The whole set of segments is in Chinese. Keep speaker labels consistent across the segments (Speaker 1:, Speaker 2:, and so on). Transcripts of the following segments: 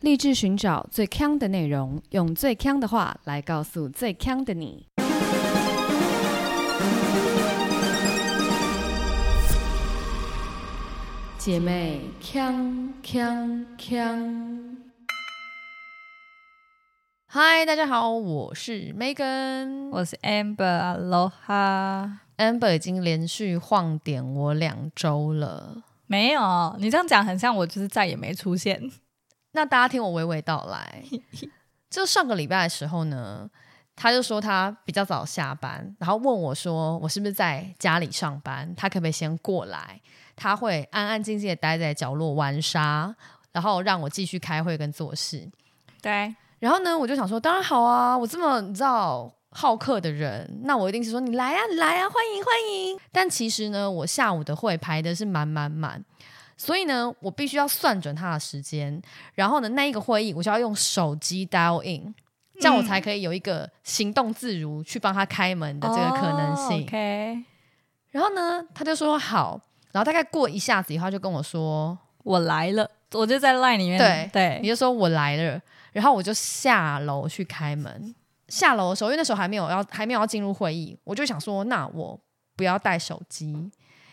Speaker 1: 立志寻找最强的内容，用最强的话来告诉最强的你。姐妹，强强强！
Speaker 2: 嗨，大家好，我是 Megan。
Speaker 3: 我是 Amber，Aloha。
Speaker 2: Amber 已经连续晃点我两周了，
Speaker 3: 没有，你这样讲很像我，就是再也没出现。
Speaker 2: 那大家听我娓娓道来。就上个礼拜的时候呢，他就说他比较早下班，然后问我说我是不是在家里上班，他可不可以先过来？他会安安静静的待在角落玩沙，然后让我继续开会跟做事。
Speaker 3: 对，
Speaker 2: 然后呢，我就想说，当然好啊，我这么你知道好客的人，那我一定是说你来啊，你来啊，欢迎欢迎。但其实呢，我下午的会排的是满满满，所以呢，我必须要算准他的时间，然后呢，那一个会议我就要用手机 dial in，这样我才可以有一个行动自如去帮他开门的这个可能性。
Speaker 3: 哦 OK，
Speaker 2: 然后呢，他就说好，然后大概过一下子以后，他就跟我说，
Speaker 3: 我来了，我就在 Line 里面。
Speaker 2: 对
Speaker 3: 对，
Speaker 2: 你就说我来了，然后我就下楼去开门。下楼的时候，因为那时候还没有要还没有要进入会议，我就想说，那我不要带手机，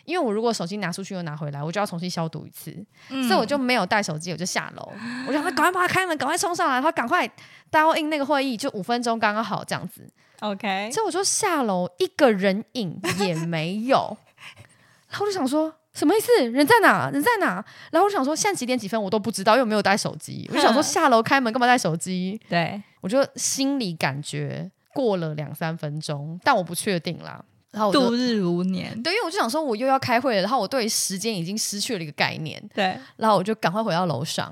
Speaker 2: 因为我如果手机拿出去又拿回来，我就要重新消毒一次，
Speaker 3: 嗯
Speaker 2: 所以我就没有带手机，我就下楼，我就想说赶快把它开门，赶快冲上来，然后赶快 dial in 那个会议，就五分钟刚刚好这样子。
Speaker 3: 嗯 OK，
Speaker 2: 所以我就下楼，一个人影也没有， 然后我就想说。什么意思？人在哪？人在哪？然后我就想说，现在几点几分我都不知道，因为我没有带手机。我就想说，下楼开门干嘛带手机？
Speaker 3: 对，
Speaker 2: 我就心里感觉过了两三分钟，但我不确定啦。然后我
Speaker 3: 度
Speaker 2: 就
Speaker 3: 日如年。
Speaker 2: 对，因为我就想说，我又要开会了，然后我对时间已经失去了一个概念，
Speaker 3: 对，
Speaker 2: 然后我就赶快回到楼上，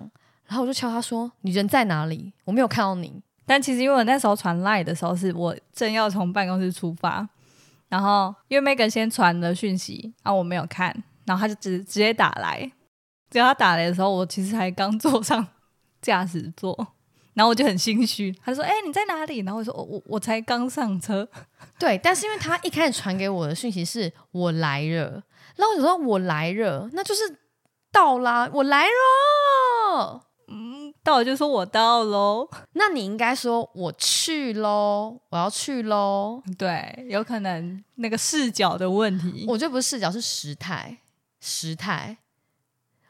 Speaker 2: 然后我就敲他说：“你人在哪里？我没有看到你。
Speaker 3: 但其实因为我那时候传 Line 的时候，是我正要从办公室出发，然后因为 Megan 先传了讯息，啊，我没有看，然后他就直直接打来。结果他打来的时候，我其实还刚坐上驾驶座，然后我就很心虚。他就说：“哎、你在哪里？”然后我说：“哦、我我才刚上车。”
Speaker 2: 对，但是因为他一开始传给我的讯息是我来了，然后我就说我来了，那就是到啦，我来了。
Speaker 3: 嗯到了就说我到喽。
Speaker 2: 那你应该说我去喽，我要去喽。
Speaker 3: 对，有可能那个视角的问题。
Speaker 2: 我这不是视角，是时态，时态。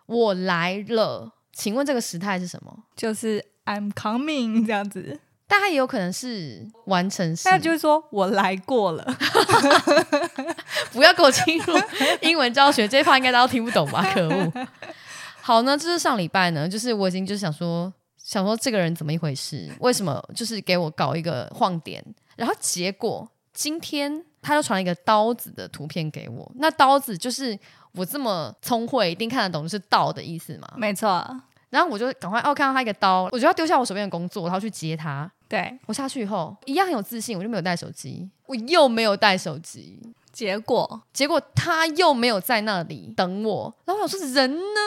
Speaker 2: 我来了，请问这个时态是什么？
Speaker 3: 就是 I'm coming 这样子，
Speaker 2: 但它也有可能是完成式，
Speaker 3: 那就是说我来过了。
Speaker 2: 不要给我进入 英文教学这一趴，应该大家都听不懂吧？ 可恶！好呢，这是上礼拜呢，就是我已经就是想说，想说这个人怎么一回事？为什么就是给我搞一个晃点？然后结果今天他就传了一个刀子的图片给我，那刀子就是我这么聪慧，一定看得懂，就是刀的意思嘛。
Speaker 3: 没错，
Speaker 2: 然后我就赶快哦，看到他一个刀，我就要丢下我手边的工作，然后去接他。
Speaker 3: 对，
Speaker 2: 我下去以后一样很有自信，我就没有带手机，我又没有带手机，
Speaker 3: 结果
Speaker 2: 结果他又没有在那里等我，然后我想说 人呢？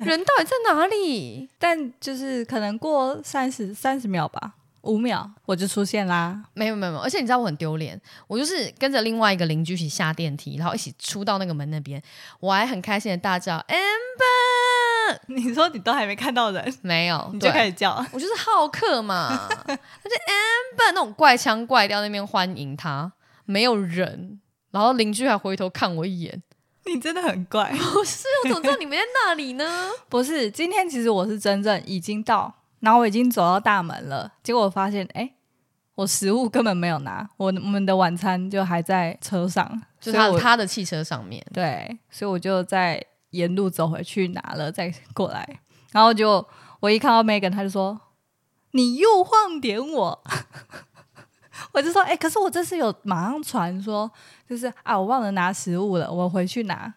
Speaker 2: 人到底在哪里？
Speaker 3: 但就是可能过三十三十秒吧，五秒我就出现啦。
Speaker 2: 没有没有没有，而且你知道我很丢脸，我就是跟着另外一个邻居一起下电梯，然后一起出到那个门那边，我还很开心的大叫 Amber，
Speaker 3: 你说你都还没看到人，
Speaker 2: 没有，
Speaker 3: 你就
Speaker 2: 对
Speaker 3: 开始叫，
Speaker 2: 我就是好客嘛，他就 Amber 那种怪腔怪调那边欢迎他，没有人，然后邻居还回头看我一眼，
Speaker 3: 你真的很怪。
Speaker 2: 不是，我怎么知道你们在那里呢？
Speaker 3: 不是，今天其实我是真正已经到，然后我已经走到大门了，结果我发现，哎、我食物根本没有拿，我我们的晚餐就还在车上，
Speaker 2: 就
Speaker 3: 所以
Speaker 2: 他
Speaker 3: 我
Speaker 2: 他的汽车上面，
Speaker 3: 对，所以我就在沿路走回去拿了，再过来，然后就我一看到 Megan，他就说你又晃点我。 我就说，哎、可是我这次有马上传说，就是啊，我忘了拿食物了，我回去拿。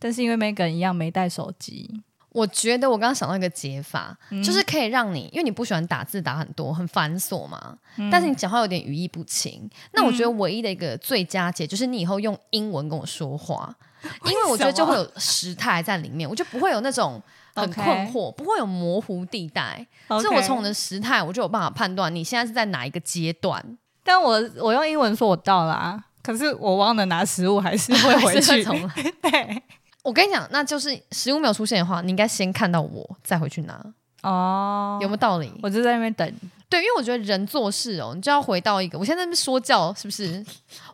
Speaker 3: 但是因为 Megan 一样没带手机，
Speaker 2: 我觉得我刚刚想到一个解法，
Speaker 3: 嗯
Speaker 2: 就是可以让你，因为你不喜欢打字打很多，很繁琐嘛，
Speaker 3: 嗯
Speaker 2: 但是你讲话有点语义不清。那我觉得唯一的一个最佳解就是你以后用英文跟我 说话，因为我觉得就会有时态在里面，我就不会有那种很
Speaker 3: OK
Speaker 2: 困惑，不会有模糊地带。
Speaker 3: 所
Speaker 2: 所以我从你的时态，我就有办法判断你现在是在哪一个阶 段，
Speaker 3: 但我我用英文说我到了啊，可是我忘了拿食物，还是会回
Speaker 2: 还是
Speaker 3: 去。
Speaker 2: 从来
Speaker 3: 对，
Speaker 2: 我跟你讲，那就是食物没有出现的话，你应该先看到我再回去拿。
Speaker 3: 哦，
Speaker 2: 有没有道理？
Speaker 3: 我就在那边等，
Speaker 2: 对，因为我觉得人做事哦，你就要回到一个，我现在在那边说教是不是？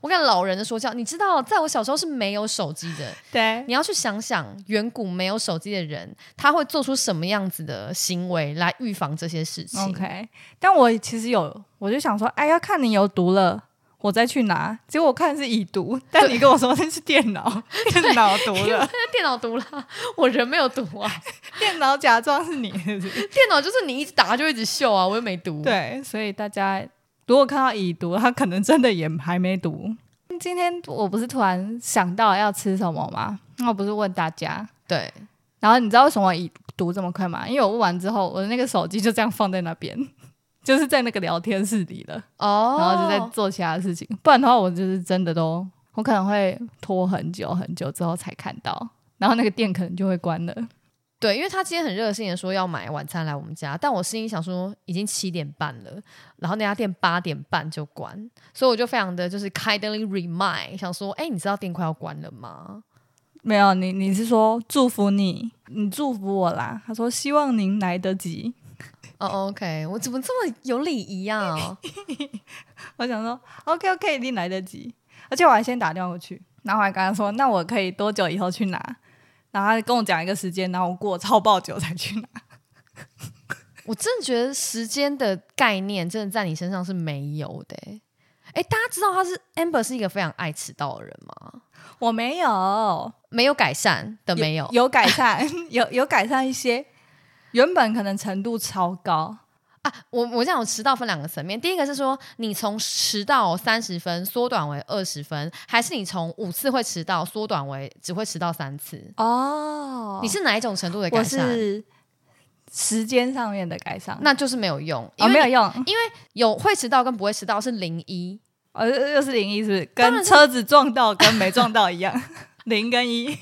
Speaker 2: 我看老人的说教，你知道，在我小时候是没有手机的，
Speaker 3: 对，
Speaker 2: 你要去想想远古没有手机的人，他会做出什么样子的行为来预防这些事情。
Speaker 3: OK，但我其实有，我就想说，哎，要看你有毒了，我再去拿。结果我看是已读，但你跟我说那是电 脑，电脑毒
Speaker 2: 因为
Speaker 3: 了，
Speaker 2: 那电脑读啦，我人没有读啊，
Speaker 3: 电脑假装是你，是不是
Speaker 2: 电脑就是你一直打就一直秀啊，我又没读。，
Speaker 3: 对，所以大家如果看到已读，他可能真的也还没读。嗯今天我不是突然想到要吃什么吗？那我不是问大家，
Speaker 2: 对，
Speaker 3: 然后你知道为什么已读这么快吗？因为我问完之后，我的那个手机就这样放在那边，就是在那个聊天室里了。
Speaker 2: 哦，
Speaker 3: 然后就在做其他事情。不然的话，我就是真的都，我可能会拖很久很久之后才看到，然后那个店可能就会关了。
Speaker 2: 对，因为他今天很热心的说要买晚餐来我们家，但我心里想说已经七点半了，然后那家店八点半就关，所以我就非常的就是 kindly remind，想说，哎，你知道店快要关了吗？
Speaker 3: 没有你，你是说祝福你，你祝福我啦？他说希望您来得及。
Speaker 2: 哦、o k 我怎么这么有礼仪啊？
Speaker 3: 我想说 OK OK，一定来得及。而且我还先打电话过去，然后我还跟他说，那我可以多久以后去拿？然后他跟我讲一个时间，然后我过超爆久才去拿。
Speaker 2: 我真的觉得时间的概念真的在你身上是没有的、欸。哎，大家知道他是 Amber 是一个非常爱迟到的人吗？
Speaker 3: 我没有，
Speaker 2: 没有改善的没有
Speaker 3: 有改善， 有有改善一些。原本可能程度超高，
Speaker 2: 啊！我我想我迟到分两个层面，第一个是说你从迟到三十分缩短为二十分，还是你从五次会迟到缩短为只会迟到三次？
Speaker 3: 哦
Speaker 2: 你是哪一种程度的
Speaker 3: 我
Speaker 2: 改善？
Speaker 3: 是时间上面的改善，
Speaker 2: 那就是没有用，因
Speaker 3: 哦
Speaker 2: 为
Speaker 3: 没有
Speaker 2: 你
Speaker 3: 用，
Speaker 2: 有会迟到跟不会迟到是零一，
Speaker 3: 呃、又又是零一是不是？
Speaker 2: 当
Speaker 3: 跟
Speaker 2: 然是
Speaker 3: 车子撞到跟没撞到一样， 零跟一。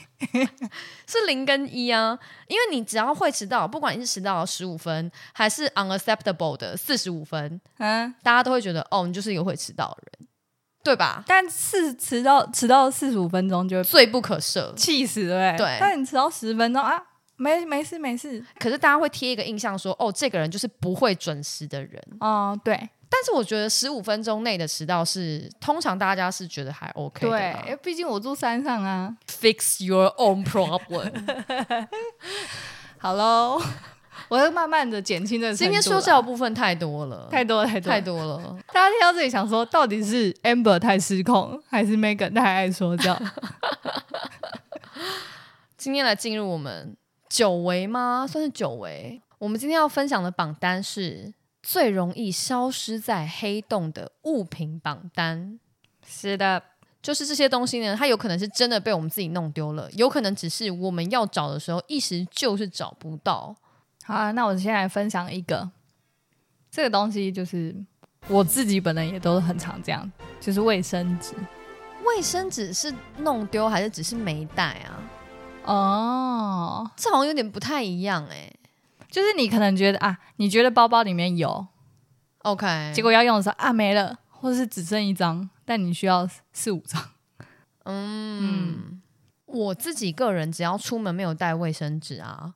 Speaker 2: 是零跟一啊，因为你只要会迟到，不管你是迟到十五分还是 unacceptable 的四十五分，
Speaker 3: 嗯，
Speaker 2: 大家都会觉得哦，你就是一个会迟到的人，对吧？
Speaker 3: 但是迟到迟到四十五分钟就会
Speaker 2: 罪不可赦。
Speaker 3: 气死，对不对？
Speaker 2: 对
Speaker 3: 但你迟到十分钟啊，没没事没事。
Speaker 2: 可是大家会贴一个印象说，哦，这个人就是不会准时的人。
Speaker 3: 哦，对
Speaker 2: 但是我觉得十五分钟内的迟到是通常大家是觉得还 OK 的
Speaker 3: 对，
Speaker 2: 啦
Speaker 3: 因为毕竟我住山上啊。
Speaker 2: ，Fix your own problem。
Speaker 3: 好喽， 我会慢慢的减轻这个程
Speaker 2: 今
Speaker 3: 度啦。
Speaker 2: 天说教部分 太多了，
Speaker 3: 太多了太多了
Speaker 2: 太多了。
Speaker 3: 大家听到这里想说，到底是 Amber 太失控，还是 Megan 太爱说教？
Speaker 2: 今天来进入我们久违吗？算是久违。我们今天要分享的榜单是最容易消失在黑洞的物品榜单。
Speaker 3: 是的，
Speaker 2: 就是这些东西呢，它有可能是真的被我们自己弄丢了，有可能只是我们要找的时候一时就是找不到。
Speaker 3: 好、啊，那我先来分享一个，这个东西就是我自己本人也都很常这样，就是卫生纸。
Speaker 2: 卫生纸是弄丢还是只是没带啊？
Speaker 3: 哦，
Speaker 2: 这好像有点不太一样哎、
Speaker 3: 就是你可能觉得啊，你觉得包包里面有，
Speaker 2: OK，
Speaker 3: 结果要用的时候啊没了，或者是只剩一张，但你需要四五张。
Speaker 2: 嗯，我自己个人只要出门没有带卫生纸啊，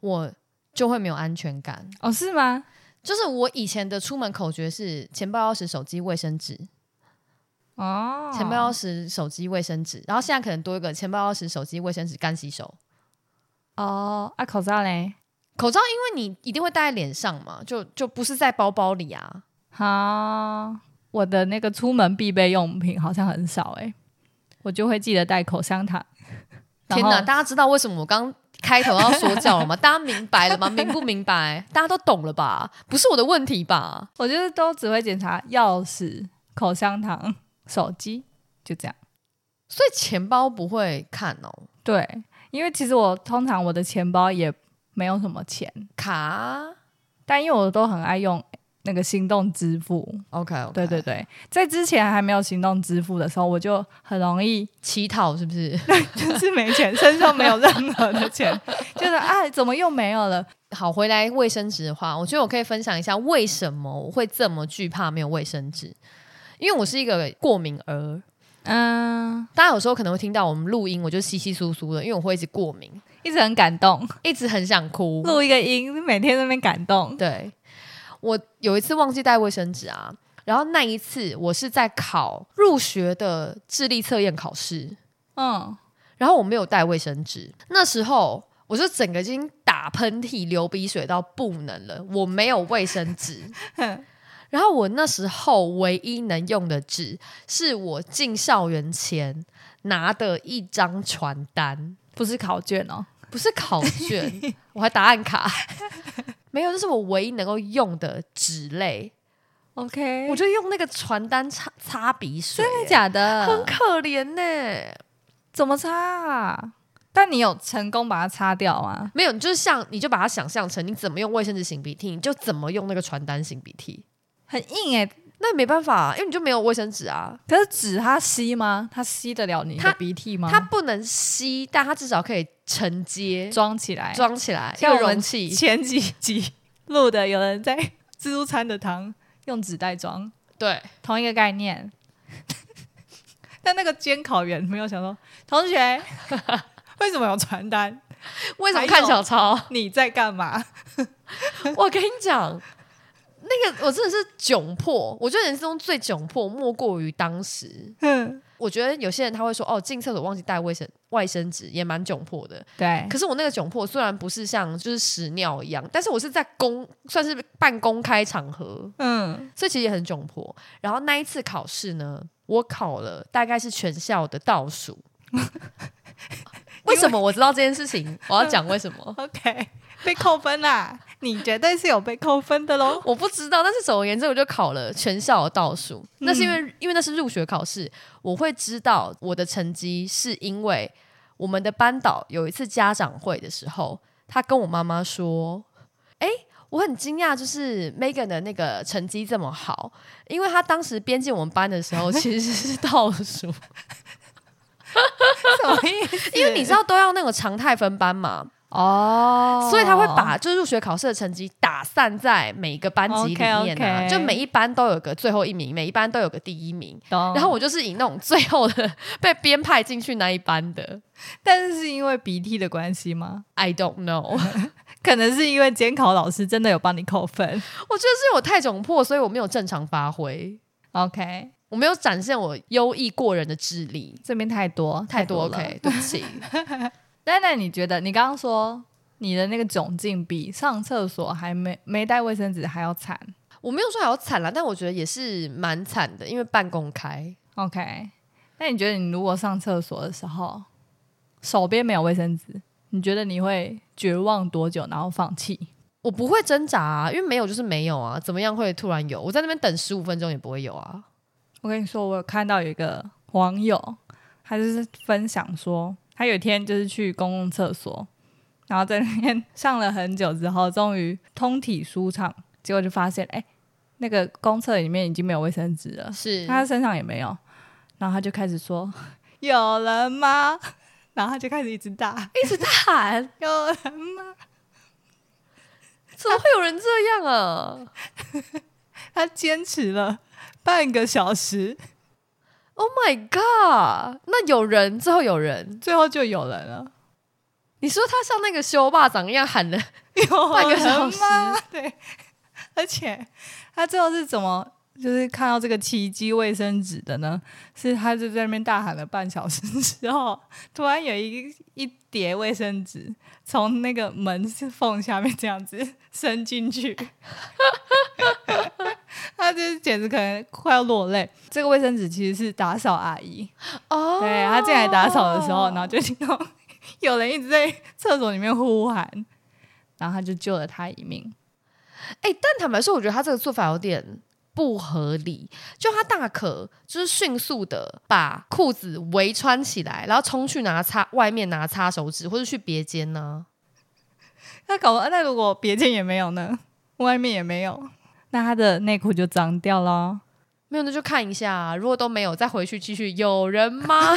Speaker 2: 我就会没有安全感。
Speaker 3: 哦，是吗？
Speaker 2: 就是我以前的出门口诀是：钱包、钥匙、手机、卫生纸。
Speaker 3: 哦，
Speaker 2: 钱包、钥匙、手机、卫生纸。然后现在可能多一个钱包、钥匙、手机、卫生纸、干洗手。
Speaker 3: 哦啊口罩嘞？
Speaker 2: 口罩，因为你一定会戴在脸上嘛，就就不是在包包里啊。
Speaker 3: 好、我的那个出门必备用品好像很少哎、我就会记得带口香糖。
Speaker 2: 天
Speaker 3: 哪
Speaker 2: 哪，，大家知道为什么我刚开头要说 教了吗？大家明白了吗？明不明白？大家都懂了吧？不是我的问题吧？
Speaker 3: 我就是都只会检查钥匙、口香糖、手机，就这样。
Speaker 2: 所以钱包不会看哦，
Speaker 3: 对，因为其实我通常我的钱包也没有什么钱，
Speaker 2: 卡。
Speaker 3: 但因为我都很爱用那个行动支付。
Speaker 2: OK，, o k
Speaker 3: 对对，对，在之前还没有行动支付的时候，我就很容易
Speaker 2: 乞讨是不是？
Speaker 3: 就是没钱，身上没有任何的钱， 就是啊，怎么又没有了？
Speaker 2: 好，回来卫生纸的话，我觉得我可以分享一下为什么我会这么惧怕没有卫生纸，因为我是一个过敏儿。
Speaker 3: 嗯，
Speaker 2: 大家有时候可能会听到我们录音，我就稀稀疏疏的，因为我会一直过敏。
Speaker 3: 一直很感动，
Speaker 2: 一直很想哭。
Speaker 3: 录一个音，每天在那边感动。
Speaker 2: 对，我有一次忘记带卫生纸啊，然后那一次我是在考入学的智力测验考试，
Speaker 3: 嗯，
Speaker 2: 然后我没有带卫生纸，那时候我就整个已经打喷嚏、流鼻水到不能了，我没有卫生纸。然后我那时候唯一能用的纸是我进校园前拿的一张传单，
Speaker 3: 不是考卷哦，
Speaker 2: 不是 考卷，我还答案卡， 没有，这是我唯一能够用的纸类。
Speaker 3: OK，
Speaker 2: 我就用那个传单擦擦鼻水、
Speaker 3: 哎真的
Speaker 2: 的？
Speaker 3: 假的？
Speaker 2: 很可怜呢、
Speaker 3: 怎么擦啊？但你有成功把它擦掉吗？
Speaker 2: 没有，你就是像，你就把它想象成你怎么用卫生纸擤鼻涕，你就怎么用那个传单擤鼻涕。
Speaker 3: 很硬哎、
Speaker 2: 那也没办法、因为你就没有卫生纸啊。
Speaker 3: 可是纸它吸吗？它吸得了你的
Speaker 2: 它
Speaker 3: 鼻涕吗？
Speaker 2: 它不能吸，但它至少可以承接
Speaker 3: 装起来，
Speaker 2: 装起来，
Speaker 3: 像
Speaker 2: 要
Speaker 3: 我们
Speaker 2: 容器。
Speaker 3: 前几集录的，有人在自助餐的汤用纸袋装，
Speaker 2: 对，
Speaker 3: 同一个概念。 但那个监考员没有想说，同 学为什么有传单？
Speaker 2: 为什么看小抄？
Speaker 3: 你在干嘛？
Speaker 2: 我跟你讲，那个我真的是窘迫，我觉得人生中最窘迫莫过于当时。
Speaker 3: 嗯，
Speaker 2: 我觉得有些人他会说，哦，进厕所忘记带卫生卫生纸，也蛮窘迫的。
Speaker 3: 对，
Speaker 2: 可是我那个窘迫虽然不是像就是屎尿一样，但是我是在公算是半公开场合，
Speaker 3: 嗯，
Speaker 2: 所以其实也很窘迫。然后那一次考试呢，我考了大概是全校的倒数。为什么我知道这件事情？我要讲为什么？
Speaker 3: OK，被扣分啦！ 你绝对是有被扣分的喽。
Speaker 2: 我不知道，但是总而言之，我就考了全校的倒数。那是因为、因为那是入学考试，我会知道我的成绩，是因为我们的班导有一次家长会的时候，他跟我妈妈说：“哎、我很惊讶，就是 Megan 的那个成绩这么好，因为他当时编进我们班的时候其实是倒数，
Speaker 3: 什么意思？
Speaker 2: 因为你知道都要那个常态分班嘛，
Speaker 3: 哦
Speaker 2: 所以他会把就是入学考试的成绩打散在每一个班级里面啊
Speaker 3: OK，OK
Speaker 2: 就每一班都有个最后一名，每一班都有个第一名。
Speaker 3: 然
Speaker 2: 然后我就是以那种最后的 被编派进去那一班的
Speaker 3: 但是是因为鼻涕的关系吗？
Speaker 2: ，I don't know。
Speaker 3: 可能是因为监考老师真的有帮你扣分。
Speaker 2: 我觉得是我太窘迫，所以我没有正常发挥，
Speaker 3: OK，
Speaker 2: 我没有展现我优异过人的智力，
Speaker 3: 这边太多
Speaker 2: 太多
Speaker 3: 多了
Speaker 2: OK，对不起。
Speaker 3: 那那你觉得你刚刚说你的那个窘境比上厕所还没没带卫生纸还要惨
Speaker 2: 我没有说还要惨啦，但我觉得也是蛮惨的，因为半公开。
Speaker 3: ？OK，那你觉得你如果上厕所的时候手边没有卫生纸，你觉得你会绝望多久，然后放弃？
Speaker 2: 我不会挣扎、啊，因为没有就是没有啊，怎么样会突然有？我在那边等十五分钟也不会有啊。
Speaker 3: 我跟你说，我有看到有一个网友，他就是分享说，他有一天就是去公共厕所，然后在那边 上了很久之后，终于通体舒畅，结果就发现，哎、那个公厕里面已经没有卫生纸了，
Speaker 2: 是
Speaker 3: 他身上也没有，然后他就开始说，有人吗？ 然后他就开始一直打，
Speaker 2: 一直在喊，
Speaker 3: 有人吗？
Speaker 2: 怎么会有人这样啊
Speaker 3: 他坚持了半个小时，
Speaker 2: ？Oh my god！那有人，最后有人，
Speaker 3: 最后就有人了。
Speaker 2: 你说他像那个修霸掌一样喊的，
Speaker 3: 有
Speaker 2: 半个小时
Speaker 3: 人吗？对， 而且他最后是怎么就是看到这个奇迹卫生纸的呢？是他就在那边大喊了半小时之后，突然有一一叠卫生纸从那个门缝下面这样子伸进去， 他就是简直可能快要落泪。这个卫生纸其实是打扫阿姨，
Speaker 2: 哦
Speaker 3: 对他进来打扫的时候，然后就听到有人一直在厕所里面呼喊，然后他就救了他一命。
Speaker 2: 哎、但坦白说，我觉得他这个做法有点不合理。就他大可就是迅速的把裤子围穿起来，然后冲去拿擦外面拿擦手纸，或者去别间呢、
Speaker 3: 那搞不好那如果别间也没有呢，外面也没有，那他的内裤就脏掉了。
Speaker 2: 没有，那就看一下、啊如果都没有，再回去继续。有人吗？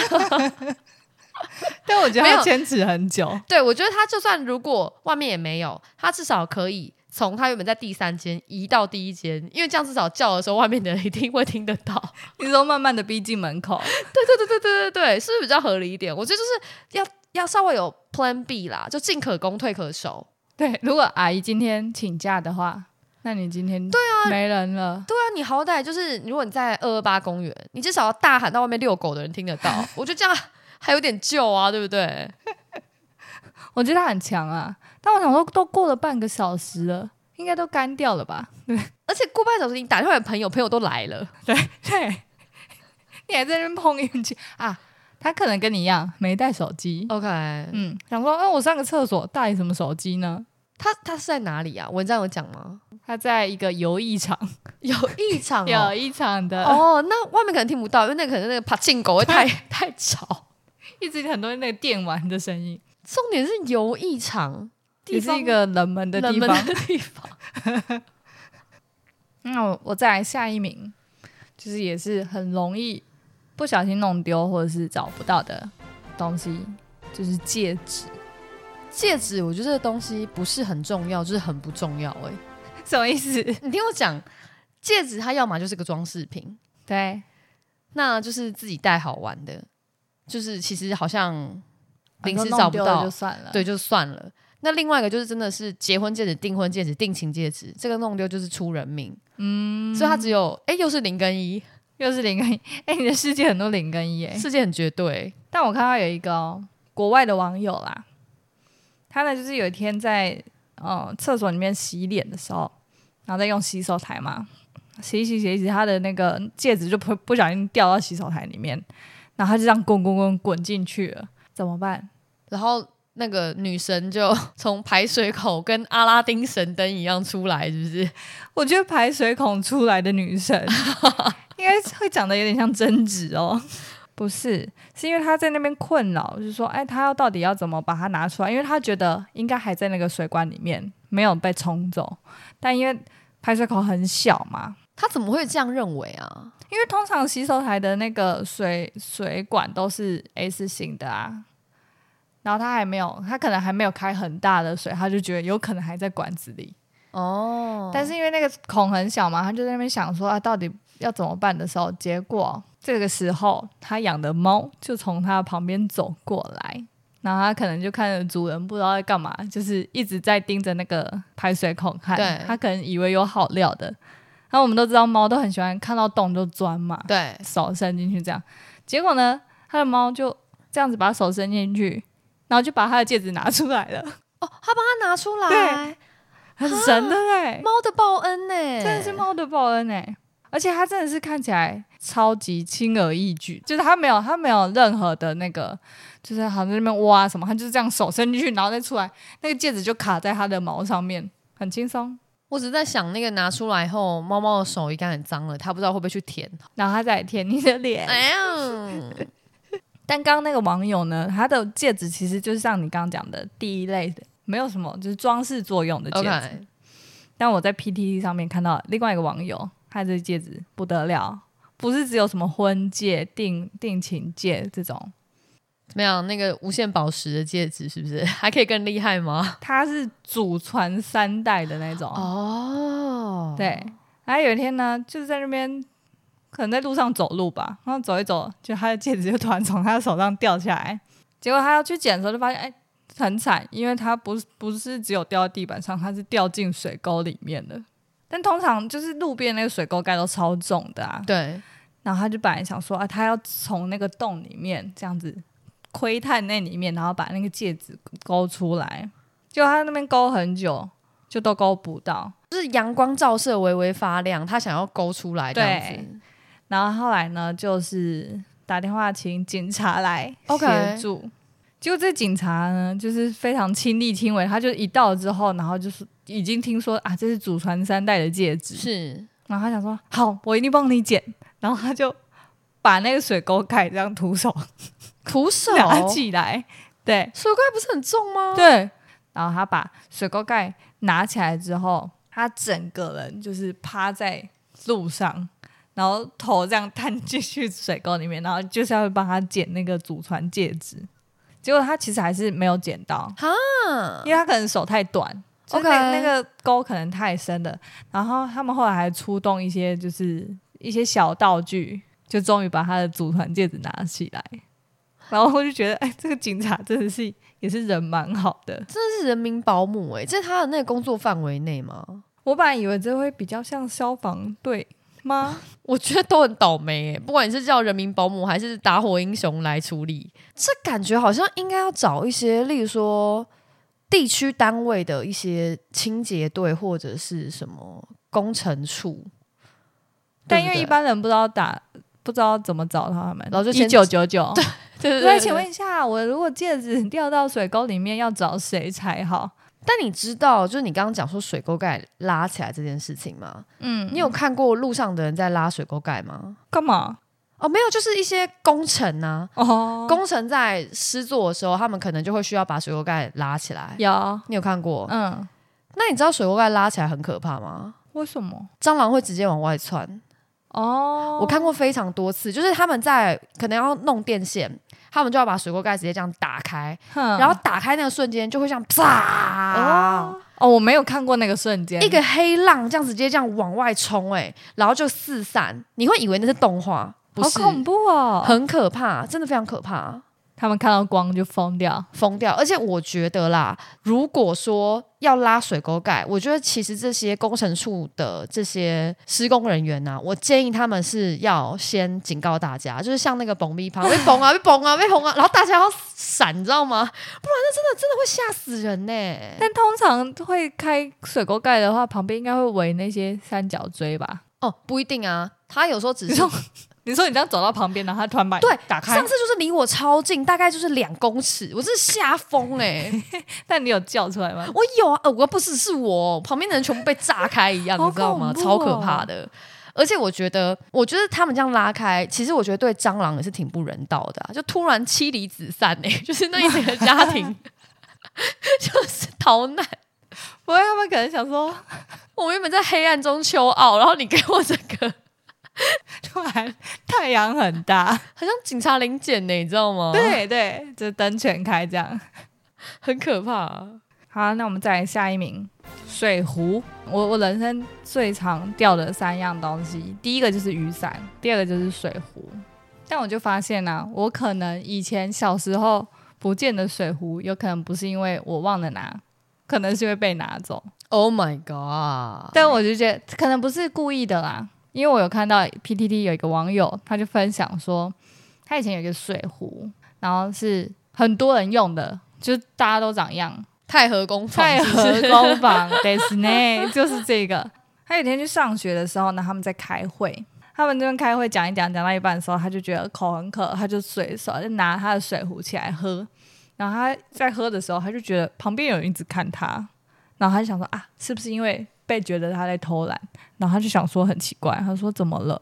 Speaker 3: 但我觉得
Speaker 2: 没
Speaker 3: 他
Speaker 2: 有
Speaker 3: 坚持很久，
Speaker 2: 对，我觉得他就算如果外面也没有，他至少可以从他原本在第三间移到第一间，因为这样至少叫的时候，外面的人一定会听得到。
Speaker 3: 你说慢慢的逼近门口，
Speaker 2: 对对对对对对对，是不是比较合理一点？我觉得就是要要稍微有 Plan B 啦，就进可攻退可守。
Speaker 3: 对，如果阿姨今天请假的话，那你今天对啊没人了，
Speaker 2: 对啊，你好歹就是，如果你在二二八公园，你至少要大喊到外面遛狗的人听得到。我觉得这样还有点救啊，对不对？
Speaker 3: 我觉得他很强啊。但我想说，都过了半个小时了，应该都干掉了吧？
Speaker 2: 而且过半小时，你打电话给朋友，朋友都来了，
Speaker 3: 对，你还在那边碰运气啊？他可能跟你一样没带手机。
Speaker 2: OK，、
Speaker 3: 嗯，想说，哎、我上个厕所，带什么手机呢？
Speaker 2: 他他是在哪里啊？文章有讲吗？
Speaker 3: 他在一个游艺场，
Speaker 2: 有异常
Speaker 3: 有
Speaker 2: 哦。
Speaker 3: 艺场的，
Speaker 2: 哦，那外面可能听不到，因为那可能那个爬进狗会太 太吵。
Speaker 3: 一直很多那个电玩的声音，
Speaker 2: 重点是游艺场，
Speaker 3: 也
Speaker 2: 地
Speaker 3: 是
Speaker 2: 方
Speaker 3: 一个冷门的
Speaker 2: 冷
Speaker 3: 地
Speaker 2: 门
Speaker 3: 方。
Speaker 2: 的地方。
Speaker 3: 那我我再来下一名，就是也是很容易不小心弄丢或者是找不到的东西，就是戒指。
Speaker 2: 戒指，我觉得这个东西不是很重要，就是很不重要、欸。哎，
Speaker 3: 什么意思？
Speaker 2: 你听我讲，戒指它要么就是个装饰品，
Speaker 3: 对，
Speaker 2: 那就是自己带好玩的，就是其实好像临
Speaker 3: 啊
Speaker 2: 时
Speaker 3: 都弄
Speaker 2: 找不
Speaker 3: 丢了
Speaker 2: 到，
Speaker 3: 就算了。
Speaker 2: 对，就算了。那另外一个就是真的是结婚戒指、订婚戒指、定情戒指，这个弄丢就是出人命，
Speaker 3: 嗯，
Speaker 2: 所以它只有哎、又是零跟一，
Speaker 3: 又是零跟一。哎、你的世界很多零跟一哎、
Speaker 2: 世界很绝对。
Speaker 3: 但我看到有一个、哦、国外的网友啦，他呢就是有一天在呃厕所里面洗脸的时候，然后在用洗手台嘛，洗一洗洗一洗，他的那个戒指就不不小心掉到洗手台里面，然后他就这样滚滚滚滚进去了，怎么办？
Speaker 2: 然后那个女神就 从排水口跟阿拉丁神灯一样出来，是不是？
Speaker 3: 我觉得排水孔出来的女 神应该会长得有点像贞子哦。不是，是因为他在那边困扰，就是说，哎，他要到底要怎么把它拿出来？因为他觉得应该还在那个水管里面，没有被冲走。但因为排水口很小嘛，
Speaker 2: 她怎么会这样认为啊？
Speaker 3: 因为通常洗手台的那个水水管都是 S 型的啊，然后他还没有，他可能还没有开很大的水，他就觉得有可能还在管子里。
Speaker 2: 哦，
Speaker 3: 但是因为那个孔很小嘛，他就在那边想说啊，到底要怎么办的时候，结果这个时候他养的猫就从他旁边走过来，然后他可能就看着主人不知道在干嘛，就是一直在盯着那个排水孔看
Speaker 2: 对，
Speaker 3: 他可能以为有好料的。然后我们都知道猫都很喜欢看到洞就钻嘛，
Speaker 2: 对，
Speaker 3: 手伸进去这样。结果呢，他的猫就这样子把手伸进去，然后就把他的戒指拿出来了，
Speaker 2: 哦，她把它拿出来，
Speaker 3: 很神的嘞、
Speaker 2: 猫的报恩呢、
Speaker 3: 真的是猫的报恩哎、而且它真的是看起来超级轻而易举，就是它没有它没有任何的那个，就是好像在那边挖什么，它就是这样手伸进去，然后再出来，那个戒指就卡在它的毛上面，很轻松。
Speaker 2: 我只在想，那个拿出来后，猫猫的手应该很脏了，它不知道会不会去舔。
Speaker 3: 然后它再舔你的脸。
Speaker 2: 哎呀，
Speaker 3: 但刚刚那个网友呢，他的戒指其实就是像你刚刚讲的第一类的，没有什么就是装饰作用的戒指。
Speaker 2: OK，
Speaker 3: 但我在 PTT 上面看到另外一个网友，他这戒指不得了，不是只有什么婚戒、定定情戒这种，
Speaker 2: 怎么样？那个无限宝石的戒指是不是还可以更厉害吗？
Speaker 3: 他是祖传三代的那种。
Speaker 2: 哦，
Speaker 3: 对，然后有一天呢，就是在那边可能在路上走路吧，然后走一走，就他的戒指就突然从他的手上掉下来，结果他要去捡的时候就发现，哎，很惨，因为他不是不是只有掉到地板上，他是掉进水沟里面的。但通常就是路边那个水沟盖都超重的啊，
Speaker 2: 对，
Speaker 3: 然后他就本来想说啊，他要从那个洞里面这样子窥探那里面，然后把那个戒指勾出来。结果他那边勾很久，就都勾不到。
Speaker 2: 就是阳光照射微微发亮，它想要勾出来这样子。
Speaker 3: 然后后来呢，就是打电话请警察来
Speaker 2: OK
Speaker 3: 协助。结果这警察呢，就是非常亲力亲为，他就一到之后，然后就是已经听说啊，这是祖传三代的戒指，
Speaker 2: 是，
Speaker 3: 然后他想说好，我一定帮你捡，然后他就把那个水沟盖这样徒手
Speaker 2: 徒 手
Speaker 3: 拿起来，对
Speaker 2: 水怪不是很重吗？，
Speaker 3: 对，然后他把水沟盖拿起来之后，他整个人就是趴在路上，然后头这样探进去水沟里面，然后就是要帮他捡那个祖传戒指，结果他其实还是没有捡到，
Speaker 2: 嗯，
Speaker 3: 因为他可能手太短。就是那那
Speaker 2: OK
Speaker 3: 个沟可能太深了，然后他们后来还出动一些就是一些小道具，就终于把他的祖传戒指拿起来。然后我就觉得，哎，这个警察真的是也是人蛮好的。
Speaker 2: 这是人民保姆哎、这是他的那个工作范围内吗？
Speaker 3: 我本来以为这会比较像消防队吗？
Speaker 2: 我觉得都很倒霉哎、不管你是叫人民保姆还是打火英雄来处理，这感觉好像应该要找一些，例如说地区单位的一些清洁队或者是什么工程处，
Speaker 3: 但
Speaker 2: 对
Speaker 3: 因
Speaker 2: 不
Speaker 3: 为
Speaker 2: 对
Speaker 3: 一般人不知道打，不知道怎么找他们，
Speaker 2: 然后就
Speaker 3: 一
Speaker 2: 先
Speaker 3: 九九九。
Speaker 2: 对对对
Speaker 3: 对，
Speaker 2: 对
Speaker 3: 请问一下，我如果戒指掉到水沟里面，要找谁才好？
Speaker 2: 但你知道，就是你刚刚讲说水沟盖拉起来这件事情吗？
Speaker 3: 嗯
Speaker 2: 你有看过路上的人在拉水沟盖吗？
Speaker 3: 干嘛？
Speaker 2: 哦，没有，就是一些工程啊，
Speaker 3: 哦，
Speaker 2: 工程在施作的时候，他们可能就会需要把水沟盖拉起来。
Speaker 3: 有，
Speaker 2: 你有看过？
Speaker 3: 嗯，
Speaker 2: 那你知道水沟盖拉起来很可怕吗？
Speaker 3: 为什么？
Speaker 2: 蟑螂会直接往外窜。
Speaker 3: 哦，
Speaker 2: 我看过非常多次，就是他们在可能要弄电线，他们就要把水沟盖直接这样打开，
Speaker 3: 哼，
Speaker 2: 然后打开那个瞬间就会像啪。
Speaker 3: 哦，我没有看过那个瞬间，
Speaker 2: 一个黑浪这样直接这样往外冲，哎，然后就四散，你会以为那是动画，不
Speaker 3: 好
Speaker 2: 是，
Speaker 3: 恐怖哦，
Speaker 2: 很可怕，真的非常可怕，
Speaker 3: 他们看到光就疯掉。
Speaker 2: 疯掉。而且我觉得啦，如果说要拉水沟盖，我觉得其实这些工程处的这些施工人员呐、啊我建议他们是要先警告大家，就是像那个蹦咪旁被蹦 啊，被蹦啊，被蹦啊，然后大家要闪，你知道吗？不然那真的真的会吓死人呢、
Speaker 3: 但通常会开水沟盖的话，旁边应该会围那些三角锥吧？
Speaker 2: 哦，不一定啊，他有时候只
Speaker 3: 你
Speaker 2: 是
Speaker 3: 说，你说你这样走到旁边，然后他突然把你
Speaker 2: 对
Speaker 3: 打开
Speaker 2: 上，次就是离我超近，大概就是两公尺，我真是吓疯哎！
Speaker 3: 但你有叫出来吗？
Speaker 2: 我有啊，呃，我不只是我，旁边的人全部被炸开一样，
Speaker 3: 好
Speaker 2: 你知道吗？
Speaker 3: 恐怖
Speaker 2: 超
Speaker 3: 哦
Speaker 2: 可怕的。而且我觉得，我觉得他们这样拉开，其实我觉得对蟑螂也是挺不人道的、啊，就突然妻离子散哎、 就是那一整个家庭 就是逃难。
Speaker 3: 不会，他们可能想说，
Speaker 2: 我原本在黑暗中求奥，然后你给我这个，
Speaker 3: 突然太阳很大，
Speaker 2: 很像警察临检呢，你知道吗？，
Speaker 3: 对对，就灯全开这样。
Speaker 2: 很可怕啊、
Speaker 3: 好，那我们再来下一名，水壶。我我人生最常掉的三样东西，第一个就是雨伞，第二个就是水壶。但我就发现呢、我可能以前小时候不见的水壶，有可能不是因为我忘了拿，可能是因为被拿走。
Speaker 2: Oh my god！
Speaker 3: 但我就觉得可能不是故意的啦，因为我有看到 PTT 有一个网友，他就分享说，他以前有一个水壶，然后是很多人用的，就是大家都长一样，
Speaker 2: 太和工坊
Speaker 3: 太
Speaker 2: 是不
Speaker 3: 和
Speaker 2: 是，
Speaker 3: 工坊です ね，就是这个。他有一天去上学的时候呢，他们在开会，他们这边开会讲一讲，讲到一半的时候，他就觉得口很渴，他就随手就拿他的水壶起来喝。然后他在喝的时候，他就觉得旁边有人一直看他，然后他就想说啊，是不是因为被觉得他在偷懒？然后他就想说很啊奇怪，他说怎么了？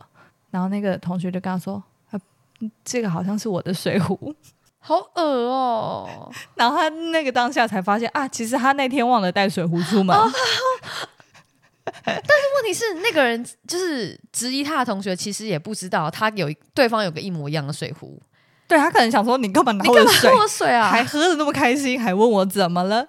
Speaker 3: 然后那个同学就跟他说，啊，这个好像是我的水壶。
Speaker 2: 好恶哦、
Speaker 3: 然后他那个当下才发现啊，其实他那天忘了带水壶出 门。
Speaker 2: 问题是，那个人就是质疑他的同学，其实也不知道他有一对方有个一模一样的水壶，
Speaker 3: 对他可能想说你干嘛拿
Speaker 2: 你
Speaker 3: 我
Speaker 2: 干
Speaker 3: 的
Speaker 2: 嘛
Speaker 3: 水
Speaker 2: 喝，我水啊？
Speaker 3: 还喝的那么开心，还问我怎么了？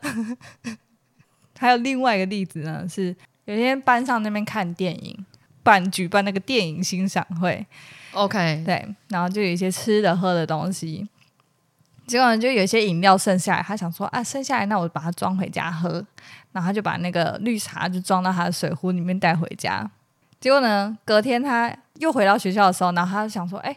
Speaker 3: 还有另外一个例子呢，是有一天班上那边看电影，办举办那个电影欣赏会，
Speaker 2: OK，
Speaker 3: 对，然后就有一些吃的喝的东西，结果呢就有一些饮料剩下来，他想说啊，剩下来那我把它装回家喝，然后他就把那个绿茶就装到他的水壶里面带回家。结果呢，隔天他又回到学校的时候，然后他就想说，哎、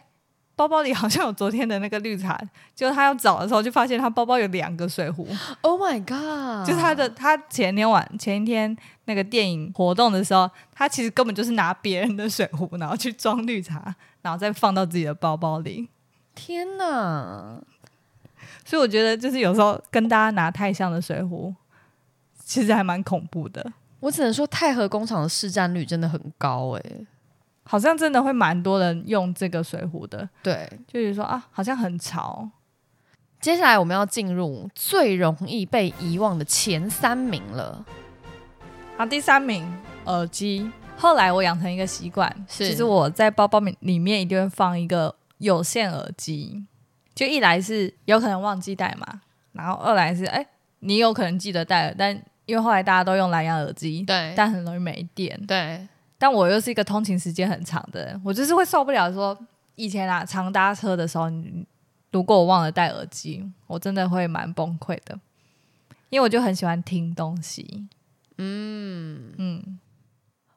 Speaker 3: 包包里好像有昨天的那个绿茶，结果他要找的时候，就发现他包包有两个水壶，
Speaker 2: ，Oh my god，
Speaker 3: 就是他的他前天晚前一天那个电影活动的时候，他其实根本就是拿别人的水壶，然后去装绿茶，然后再放到自己的包包里。
Speaker 2: 天哪！
Speaker 3: 所以我觉得，就是有时候跟大家拿太像的水壶，其实还蛮恐怖的。
Speaker 2: 我只能说太和工厂的市占率真的很高哎、
Speaker 3: 好像真的会蛮多人用这个水壶的，
Speaker 2: 对，
Speaker 3: 就是说啊，好像很潮。
Speaker 2: 接下来我们要进入最容易被遗忘的前三名了。
Speaker 3: 好，第三名，耳机。后来我养成一个习惯，
Speaker 2: 是
Speaker 3: 就是我在包包里里面一定会放一个有线耳机，就一来是有可能忘记带嘛，然后二来是哎、你有可能记得带了，但因为后来大家都用蓝牙耳机，
Speaker 2: 对
Speaker 3: 但很容易没电。
Speaker 2: 对，
Speaker 3: 但我又是一个通勤时间很长的人，我就是会受不了说以前啊，常搭车的时候，你如果我忘了戴耳机，我真的会蛮崩溃的，因为我就很喜欢听东西。嗯嗯，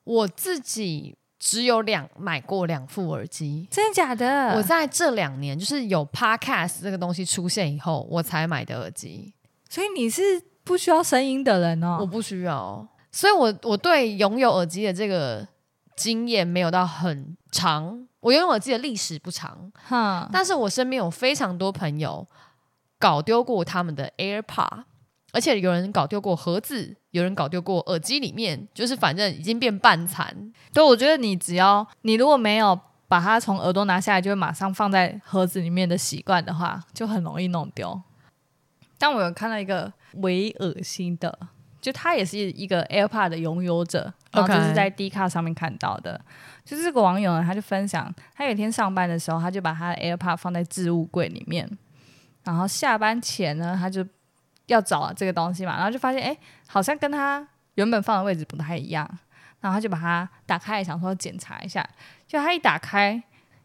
Speaker 2: 我自己只有两买过两副耳机。
Speaker 3: 真的假的？
Speaker 2: 我在这两年就是有 podcast 这个东西出现以后，我才买的耳机，
Speaker 3: 所以你是不需要声音的人
Speaker 2: 我
Speaker 3: 哦。
Speaker 2: 不需要，所以我我对拥有耳机的这个经验没有到很长，我拥有耳机的历史不长，
Speaker 3: 哈，
Speaker 2: 但是我身边有非常多朋友搞丢过他们的 AirPod，而且有人搞丢过盒子，有人搞丢过耳机里面，就是反正已经变半残。
Speaker 3: 对，我觉得你只要你如果没有把它从耳朵拿下来，就会马上放在盒子里面的习惯的话，就很容易弄丢。但我有看到一个为恶心的，就他也是一个 AirPod 的拥有者，然后
Speaker 2: OK
Speaker 3: 就是在 d 卡上面看到的。就是这个网友呢，他就分享，他有一天上班的时候，他就把他的 AirPod 放在置物柜里面，然后下班前呢，他就要找这个东西嘛，然后就发现，哎，好像跟他原本放的位置不太一样，然后他就把它打开来，想说检查一下，就他一打开，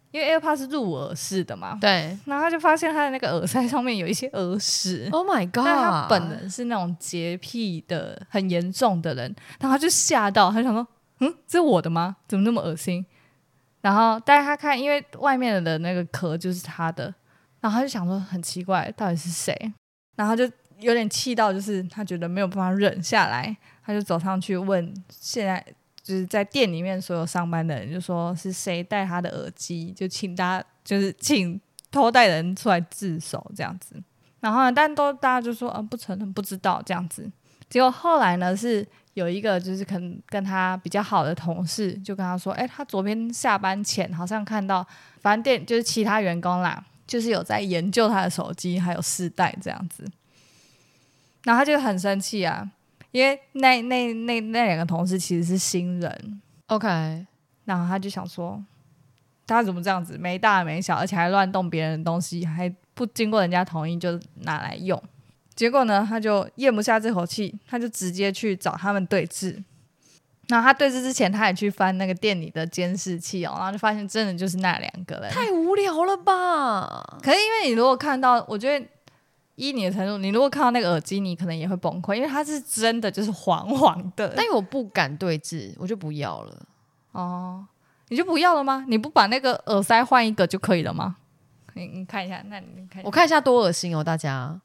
Speaker 3: 因为 AirPod 是入耳式的嘛，
Speaker 2: 对
Speaker 3: 然后他就发现他的那个耳塞上面有一些耳屎。
Speaker 2: ，Oh my God！
Speaker 3: 但他本人是那种洁癖的很严重的人，然后他就吓到，他就想说：“嗯，这是我的吗？怎么那么恶心？”然后，但是他看，因为外面的那个壳就是他的，然后他就想说很奇怪，到底是谁？然后他就有点气到，就是他觉得没有办法忍下来，他就走上去问现在就是在店里面所有上班的人，就说是谁戴他的耳机，就请大家就是请偷戴的人出来自首这样子。然后呢，但都大家就说啊，不承认，不知道这样子。结果后来呢，是有一个就是可能跟他比较好的同事，就跟他说，哎，他昨天下班前好像看到，反正店就是其他员工啦，就是有在研究他的手机，还有试戴这样子。然后他就很生气啊，因为那那那那两个同事其实是新人，
Speaker 2: OK，
Speaker 3: 然后他就想说，他怎么这样子没大没小，而且还乱动别人的东西，还不经过人家同意就拿来用。结果呢，他就咽不下这口气，他就直接去找他们对峙。然后他对峙之前，他也去翻那个店里的监视器哦，然后就发现真的就是那两个人。
Speaker 2: 太无聊了吧？
Speaker 3: 可是因为你如果看到，我觉得依你的程度，你如果看到那个耳机，你可能也会崩溃，因为它是真的就是黄黄的。
Speaker 2: 但我不敢对峙，我就不要了。
Speaker 3: 哦，你就不要了吗？你不把那个耳塞换一个就可以了吗？你你看一下，那你看一下
Speaker 2: 我看一下多恶心哦，大家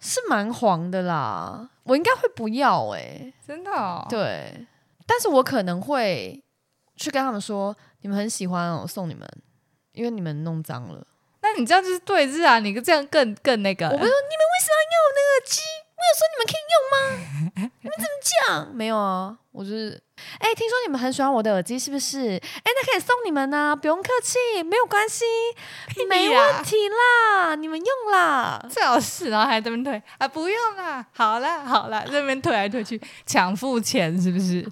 Speaker 2: 是蛮黄的啦，我应该会不要哎、
Speaker 3: 真的、哦，
Speaker 2: 对，但是我可能会去跟他们说，你们很喜欢哦，送你们，因为你们弄脏了。
Speaker 3: 那你这样就是对峙啊，你这样更更那个。
Speaker 2: 我不是说你们为什么要用那个耳机？我有说你们可以用吗？你们 怎么讲？没有啊，我就是，哎、听说你们很喜欢我的耳机，是不是？哎、那可以送你们啊，不用客气，没有关系，没问题啦，你们用啦。
Speaker 3: 最好是，然后还在那边推啊，不用啦，好啦好啦，这边推来推去，抢付钱是不是？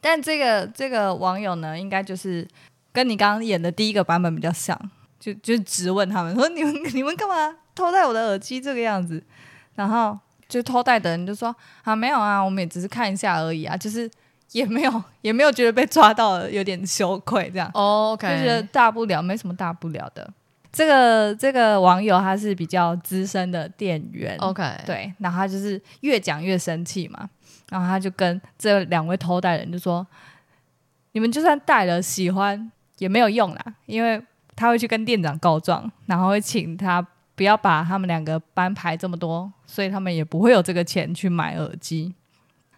Speaker 3: 但这个这个网友呢，应该就是跟你刚刚演的第一个版本比较像，就就直问他们说 你们你们干嘛偷戴我的耳机这个样子？然后就偷戴的人就说啊没有啊，我们也只是看一下而已啊，就是也没有也没有觉得被抓到有点羞愧这样。
Speaker 2: 哦
Speaker 3: 就觉得大不了，没什么大不了的。这个这个网友他是比较资深的店员
Speaker 2: OK，，
Speaker 3: 对，然后他就是越讲越生气嘛，然后他就跟这两位偷戴人就说：“你们就算戴了喜欢也没有用啦，因为他会去跟店长告状，然后会请他不要把他们两个班排这么多，所以他们也不会有这个钱去买耳机。”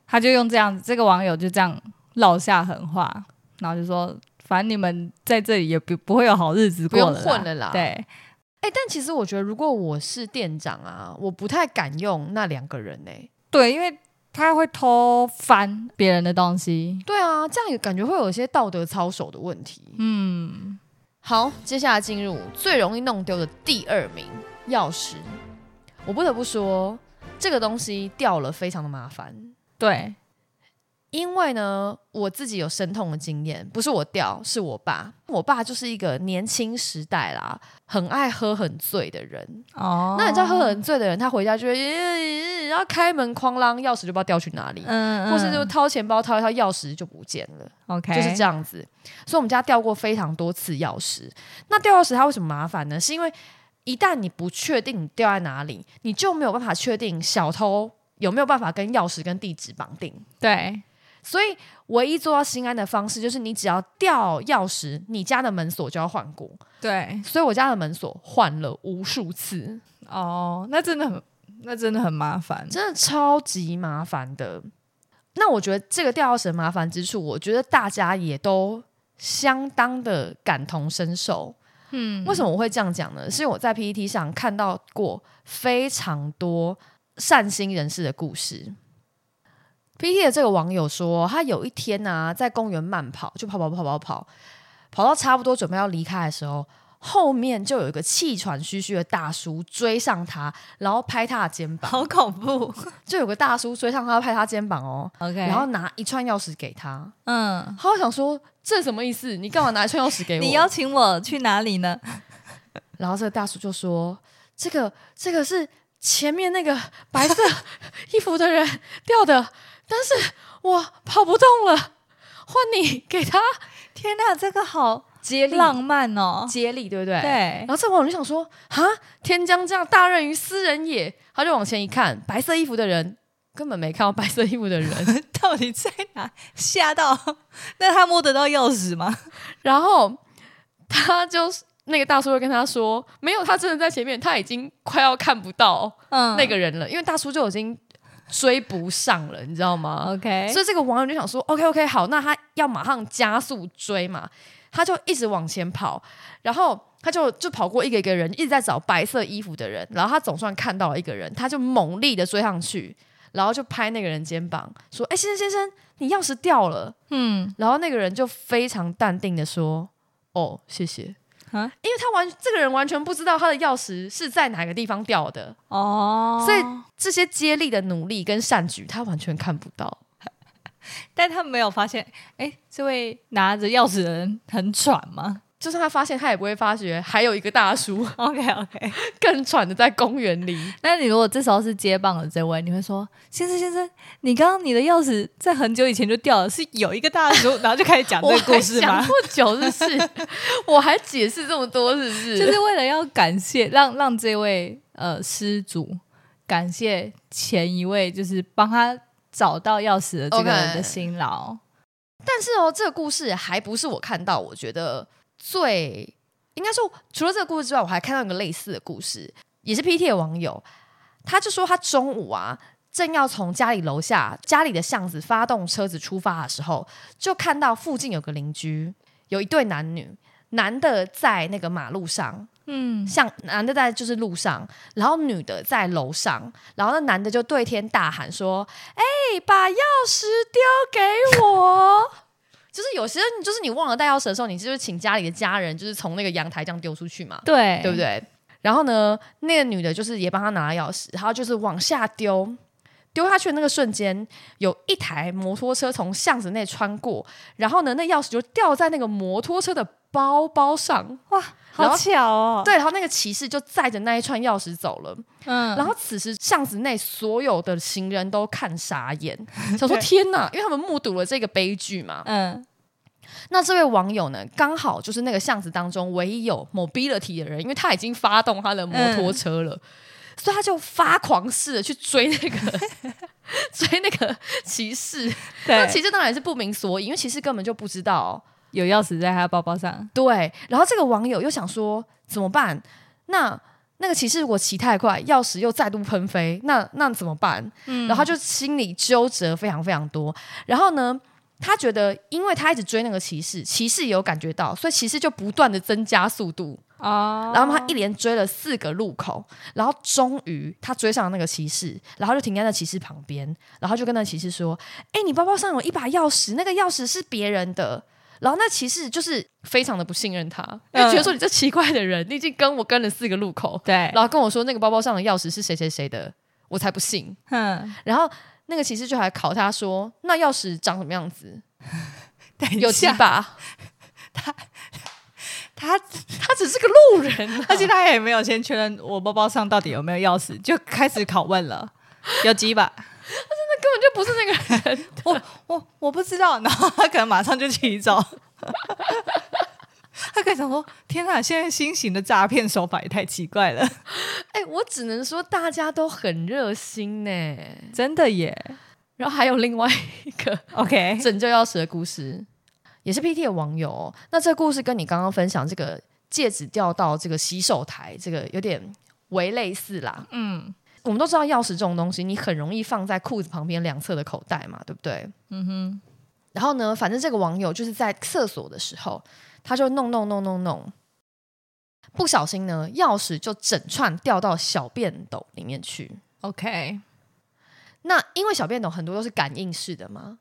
Speaker 3: 他就用这样，这个网友就这样撂下狠话，然后就说：“反正你们在这里也不不会有好日子
Speaker 2: 不
Speaker 3: 过
Speaker 2: 用
Speaker 3: 了啦，
Speaker 2: 混了啦。
Speaker 3: 对，
Speaker 2: 哎、但其实我觉得，如果我是店长啊，我不太敢用那两个人呢、欸
Speaker 3: 对，因为他会偷翻别人的东西。
Speaker 2: 对啊，这样也感觉会有一些道德操守的问题。
Speaker 3: 嗯，
Speaker 2: 好，接下来进入最容易弄丢的第二名——钥匙。我不得不说，这个东西掉了非常的麻烦，
Speaker 3: 对，
Speaker 2: 因为呢，我自己有深痛的经验，不是我掉，是我爸。我爸就是一个年轻时代啦，很爱喝很醉的人。
Speaker 3: 哦
Speaker 2: 那你知道喝很醉的人，他回家就会，然后开门哐啷，钥匙就不知道掉去哪里，
Speaker 3: 嗯
Speaker 2: 或是就掏钱包掏一掏，钥匙就不见了。
Speaker 3: OK，
Speaker 2: 就是这
Speaker 3: 样。
Speaker 2: 样子。所以我们家掉过非常多次钥匙。那掉钥匙它为什么麻烦呢？是因为一旦你不确定你掉在哪里，你就没有办法确定小偷有没有办法跟钥匙跟地址绑定。
Speaker 3: 对，
Speaker 2: 所以，唯一做到心安的方式就是，你只要掉钥匙，你家的门锁就要换过。
Speaker 3: 对，
Speaker 2: 所以我家的门锁换了无数次，
Speaker 3: 哦，那真的很，那真的很麻烦。
Speaker 2: 真的超级麻烦的。那我觉得这个掉钥匙的麻烦之处，我觉得大家也都相当的感同身受。
Speaker 3: 嗯
Speaker 2: 为什么我会这样讲呢？是因为我在 PPT 上看到过非常多善心人士的故事。PPT 的这个网友说，他有一天呢、在公园慢跑，就跑跑跑跑跑，跑到差不多准备要离开的时候，后面就有一个气喘吁吁的大叔追上他，然后拍他的肩膀，
Speaker 3: 好恐怖。
Speaker 2: 就有个大叔追上他，拍他肩膀哦，
Speaker 3: OK，
Speaker 2: 然后拿一串钥匙给他。
Speaker 3: 嗯，
Speaker 2: 他会想说，这什么意思？你干嘛拿一串钥匙给我？
Speaker 3: 你邀请我去哪里呢？
Speaker 2: 然后这个大叔就说：“这个这个是前面那个白色衣服的人掉的，但是我跑不动了，换你给他
Speaker 3: 天哪，这个好
Speaker 2: 接
Speaker 3: 浪漫哦！
Speaker 2: 接力，对不对？”
Speaker 3: 对
Speaker 2: 然，后这网友就想说：“啊，天将降大任于斯人也。”他就往前一看，白色衣服的人根本没看到白色衣服的人，
Speaker 3: 到底在哪？吓到？那他摸得到钥匙吗？
Speaker 2: 然后他就是那个大叔就跟他说：“没有，他真的在前面，他已经快要看不到。”
Speaker 3: 嗯
Speaker 2: 那个人了，因为大叔就已经追不上了，你知道吗？
Speaker 3: OK，
Speaker 2: 所以这个网友就想说，OK OK，好，那他要马上加速追嘛，他就一直往前跑，然后他就就跑过一个一个人，一直在找白色衣服的人，然后他总算看到了一个人，他就猛力的追上去，然后就拍那个人肩膀说：“哎、先生先生，你钥匙掉了。”
Speaker 3: 嗯
Speaker 2: 然后那个人就非常淡定的说：“哦，谢谢。”
Speaker 3: 啊
Speaker 2: 因为他完这个人完全不知道他的钥匙是在哪个地方掉的，
Speaker 3: 哦，
Speaker 2: 所以这些接力的努力跟善举，他完全看不到。
Speaker 3: 但他没有发现，哎，这位拿着钥匙的人很喘吗
Speaker 2: 就算他发现，他也不会发觉还有一个大叔
Speaker 3: ？OK OK，
Speaker 2: 更喘的在公园里。
Speaker 3: 那你如果这时候是接棒的这位，你会说，先生先生，你刚刚你的钥匙在很久以前就掉了，是有一个大叔，然后就开始讲这
Speaker 2: 我
Speaker 3: 个故
Speaker 2: 还
Speaker 3: 事
Speaker 2: 讲
Speaker 3: 吗？
Speaker 2: 不久，是不 是？我还解释这么多，是不是？
Speaker 3: 就是为了要感谢，让让这位呃失主感谢前一位，就是帮他找到钥匙的这个人
Speaker 2: OK
Speaker 3: 的辛劳。
Speaker 2: 但是哦，这个故事还不是我看到，我觉得最应该说，除了这个故事之外，我还看到一个类似的故事，也是 PT 的网友，他就说他中午啊。正要从家里楼下家里的巷子发动车子出发的时候，就看到附近有个邻居，有一对男女，男的在那个马路上，
Speaker 3: 嗯，
Speaker 2: 像男的在就是路上，然后女的在楼上，然后那男的就对天大喊说：“哎、把钥匙丢给我！” 就是有些人，就是你忘了带钥匙的时候，你就是请家里的家人，就是从那个阳台这样丢出去嘛，
Speaker 3: 对，
Speaker 2: 对不？对？然后呢，那个女的就是也帮他拿了钥匙，然后就是往下丢，丢下去的那个瞬间，有一台摩托车从巷子内穿过，然后呢，那钥匙就掉在那个摩托车的包包上。
Speaker 3: 哇，
Speaker 2: 然后
Speaker 3: 好巧哦。，
Speaker 2: 对，然后那个骑士就载着那一串钥匙走了。
Speaker 3: 嗯，
Speaker 2: 然后此时巷子内所有的行人都看傻眼， 想说
Speaker 3: 对
Speaker 2: 天哪，因为他们目睹了这个悲剧嘛。
Speaker 3: 嗯，
Speaker 2: 那这位网友呢，刚好就是那个巷子当中唯一有 mobility 的人，因为他已经发动他的摩
Speaker 3: 嗯
Speaker 2: 托车了。所以他就发狂似的去追那 个追那个骑士，那
Speaker 3: 对，
Speaker 2: 骑士当然是不明所以，因为骑士根本就不知道
Speaker 3: 有钥匙在他包包上。
Speaker 2: 对，然后这个网友又想说怎么办？那那个骑士如果骑太快，钥匙又再度喷飞，那那怎么办？然后他就心里纠结非常非常多。然后呢，他觉得因为他一直追那个骑士，骑士也有感觉到，所以骑士就不断的增加速度。
Speaker 3: 哦
Speaker 2: 然后他一连追了四个路口，然后终于他追上了那个骑士，然后就停在那骑士旁边，然后就跟那骑士说：“哎，你包包上有一把钥匙，那个钥匙是别人的。”然后那骑士就是非常的不信任他，因
Speaker 3: 嗯
Speaker 2: 为觉得说你这奇怪的人，你已经跟我跟了四个路口，
Speaker 3: 对，
Speaker 2: 然后跟我说那个包包上的钥匙是谁谁谁的，我才 不信。
Speaker 3: 嗯，
Speaker 2: 然后那个骑士就还考他说：“那钥匙长什么 样子？
Speaker 3: 等一
Speaker 2: 有几
Speaker 3: 下
Speaker 2: 把
Speaker 3: 他，？”
Speaker 2: 他只是个路人 啊、
Speaker 3: 而且他也没有先确认我包包上到底有没有钥匙，就开始拷问了， 有几把？
Speaker 2: 根本就不是那个人。
Speaker 3: 我我我不知道，然后他可能马上就骑走。他他可以想说：“天哪，现在新型的诈骗手法也太奇怪了，
Speaker 2: 哎、我只能说大家都很热心呢、
Speaker 3: 真的耶。
Speaker 2: 然后还有另外一个
Speaker 3: ”OK，
Speaker 2: 拯救钥匙的故事，也是 PT 的网友哦、那这个故事跟你刚刚分享这个戒指掉到这个洗手台，这个有点为类似啦。
Speaker 3: 嗯
Speaker 2: 我们都知道钥匙这种东西，你很容易放在裤子旁边两侧的口袋嘛，对不对？
Speaker 3: 嗯哼，
Speaker 2: 然后呢，反正这个网友就是在厕所的时候，他就弄弄弄弄弄，不小心呢，钥匙就整串掉到小便斗里面去。
Speaker 3: OK，
Speaker 2: 那因为小便斗很多都是感应式的嘛，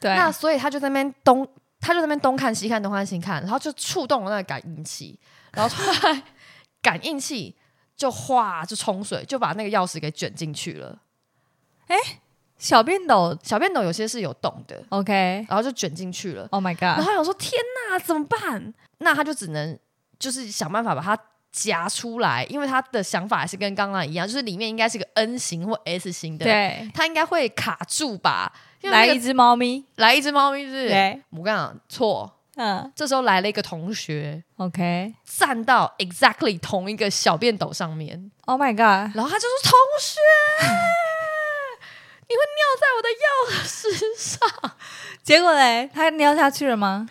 Speaker 3: 对，
Speaker 2: 那所以他就在那边东，他就在那边东看西看，东看西看，然后就触动了那个感应器，然后后来 感应器就哗就冲水，就把那个钥匙给卷进去了。
Speaker 3: 小便斗
Speaker 2: 小便斗有些是有洞的，
Speaker 3: OK。
Speaker 2: 然后就卷进去了。
Speaker 3: Oh my
Speaker 2: 然
Speaker 3: god！
Speaker 2: 后他想说：“天哪，怎么办？”那他就只能就是想办法把它夹出来，因为他的想法还是跟刚刚一样，就是里面应该是个 N 型或 S 型 的，
Speaker 3: 对，
Speaker 2: 他应该会卡住吧？因为
Speaker 3: 来
Speaker 2: 那
Speaker 3: 一
Speaker 2: 个
Speaker 3: 只猫咪，
Speaker 2: 来一只猫咪是不是？
Speaker 3: 对，
Speaker 2: 我跟你讲错，
Speaker 3: 嗯
Speaker 2: 这时候来了一个同学，
Speaker 3: ，OK，Oh
Speaker 2: 站到 exactly 同一个小便斗上面，
Speaker 3: Oh my god！
Speaker 2: 然后他就说：“同学，你会尿在我的钥匙上。”
Speaker 3: 结果嘞，它尿下去了吗？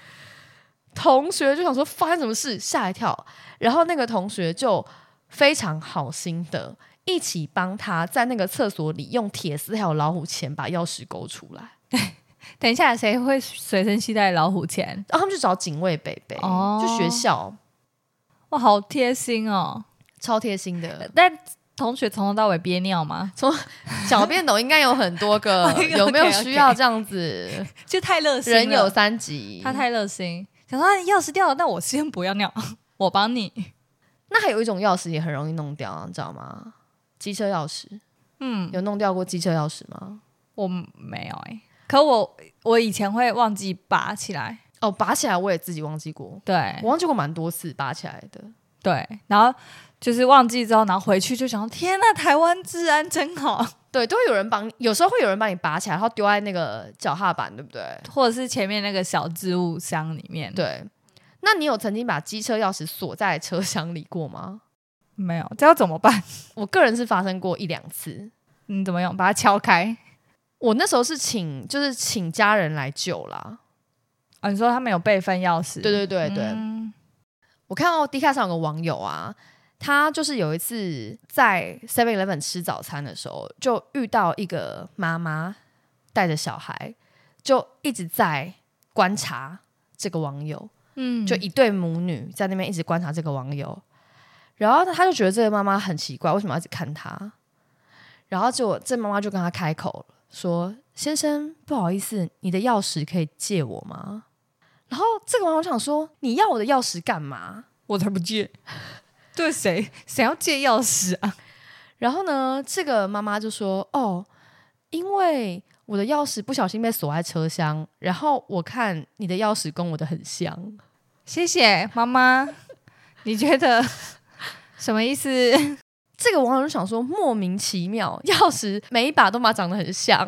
Speaker 2: 同学就想说发生什么事，吓一跳。然后那个同学就非常好心的一起帮他在那个厕所里用铁丝还有老虎钳把钥匙勾出来。
Speaker 3: 等一下，谁会随身携带老虎钳？
Speaker 2: 然后他们就找警卫北北，
Speaker 3: 哦
Speaker 2: 就学校
Speaker 3: 哇，好贴心哦！。
Speaker 2: 超贴心的
Speaker 3: 但同学从头到尾憋尿吗？
Speaker 2: 小便斗应该有很多 个
Speaker 3: OK，OK，OK，
Speaker 2: 有没有需要这样子？
Speaker 3: 就太热 心了，
Speaker 2: 人有三级，
Speaker 3: 他太热心，想说啊你钥匙掉了，那我先不要尿， 我帮你。
Speaker 2: 那还有一种钥匙也很容易弄掉，啊你知道吗？机车钥匙
Speaker 3: 嗯，
Speaker 2: 有弄掉过机车钥匙吗？
Speaker 3: 我没有哎、可我我以前会忘记拔起来，
Speaker 2: 哦，拔起来我也自己忘记过，
Speaker 3: 对
Speaker 2: 我忘记过蛮多次拔起来的。
Speaker 3: 对，然后就是忘记之后，然后回去就想说，天呐，台湾治安真好，
Speaker 2: 对，都会有人帮你，有时候会有人把你拔起来，然后丢在那个脚踏板，对不对？
Speaker 3: 或者是前面那个小置物箱里面，，
Speaker 2: 对。那你有曾经把机车钥匙锁在车厢里过吗？
Speaker 3: 没有，这要怎么办？
Speaker 2: 我个人是发生过一两次。
Speaker 3: 你怎么用？把它敲开
Speaker 2: 我那时候是请，就是请家人来救啦。
Speaker 3: 啊、你说他们有备份钥匙？
Speaker 2: 对对对对，
Speaker 3: 嗯
Speaker 2: 我看到 D 卡上有个网友啊，他就是有一次在 Seven Eleven 吃早餐的时候，就遇到一个妈妈带着小孩，就一直在观察这个网友。
Speaker 3: 嗯
Speaker 2: 就一对母女在那边一直观察这个网友，然后他就觉得这个妈妈很奇怪，为什么要一直看他？然后结果这妈妈就跟他开口了，说：“先生，不好意思，你的钥匙可以借我吗？”然后这个网友想说：“你要我的钥匙干嘛
Speaker 3: 我才不借， 对谁谁要借钥匙啊？？”
Speaker 2: 然后呢，这个妈妈就说：“哦，因为我的钥匙不小心被锁在车厢，然后我看你的钥匙跟我的很像。”
Speaker 3: 谢谢妈妈，你觉 得什么意思？
Speaker 2: 这个网友就想说，莫名其妙，钥匙每一把都嘛长得很像，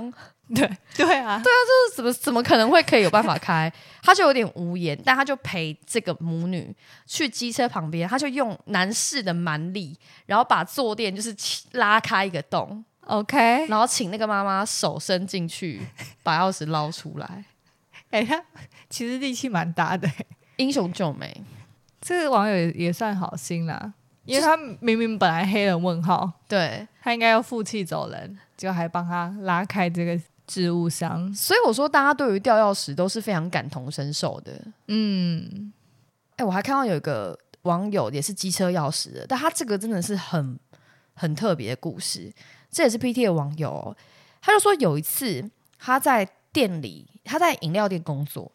Speaker 3: 对对啊，对
Speaker 2: 这怎么怎么可能会可以有办法开？他就有点无言，但他就陪这个母女去机车旁边，他就用男士的蛮力，然后把坐垫就是起拉开一个洞，
Speaker 3: ，OK，
Speaker 2: 然后请那个妈妈手伸进去，把钥匙捞出来，
Speaker 3: 哎、他其实力气蛮大的、
Speaker 2: 英雄救美。
Speaker 3: 这个网友也也算好心啦，因为他明明本来黑人问号，
Speaker 2: 对，
Speaker 3: 他应该要负气走人，结果还帮他拉开这个置物箱。
Speaker 2: 所以我说大家对于掉钥匙都是非常感同身受的。
Speaker 3: 嗯，
Speaker 2: 哎、我还看到有一个网友也是机车钥匙的，但他这个真的是很很特别的故事。这也是 PT 的网友哦、他就说有一次他在店里，他在饮料店工作，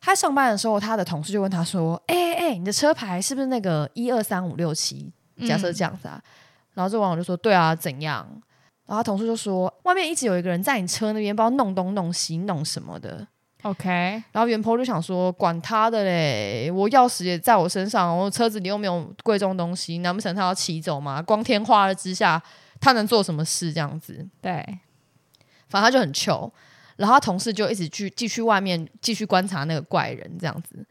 Speaker 2: 他上班的时候，他的同事就问他说：“哎哎哎，你的车牌是不是那个一二三五六七？假设这样子啊。然后这网友就说：“对啊，怎样？”然后他同事就说：“外面一直有一个人在你车那边，不知道弄东弄西弄什么的。”
Speaker 3: OK，
Speaker 2: 然后袁坡就想说，管他的嘞，我钥匙也在我身上，我车子里又没有贵重东西，难不成他要骑走吗？光天化日之下，他能做什么事？这样子，
Speaker 3: 对，
Speaker 2: 反正他就很糗。然后他同事就一直去继续外面继续观察那个怪人，这样子。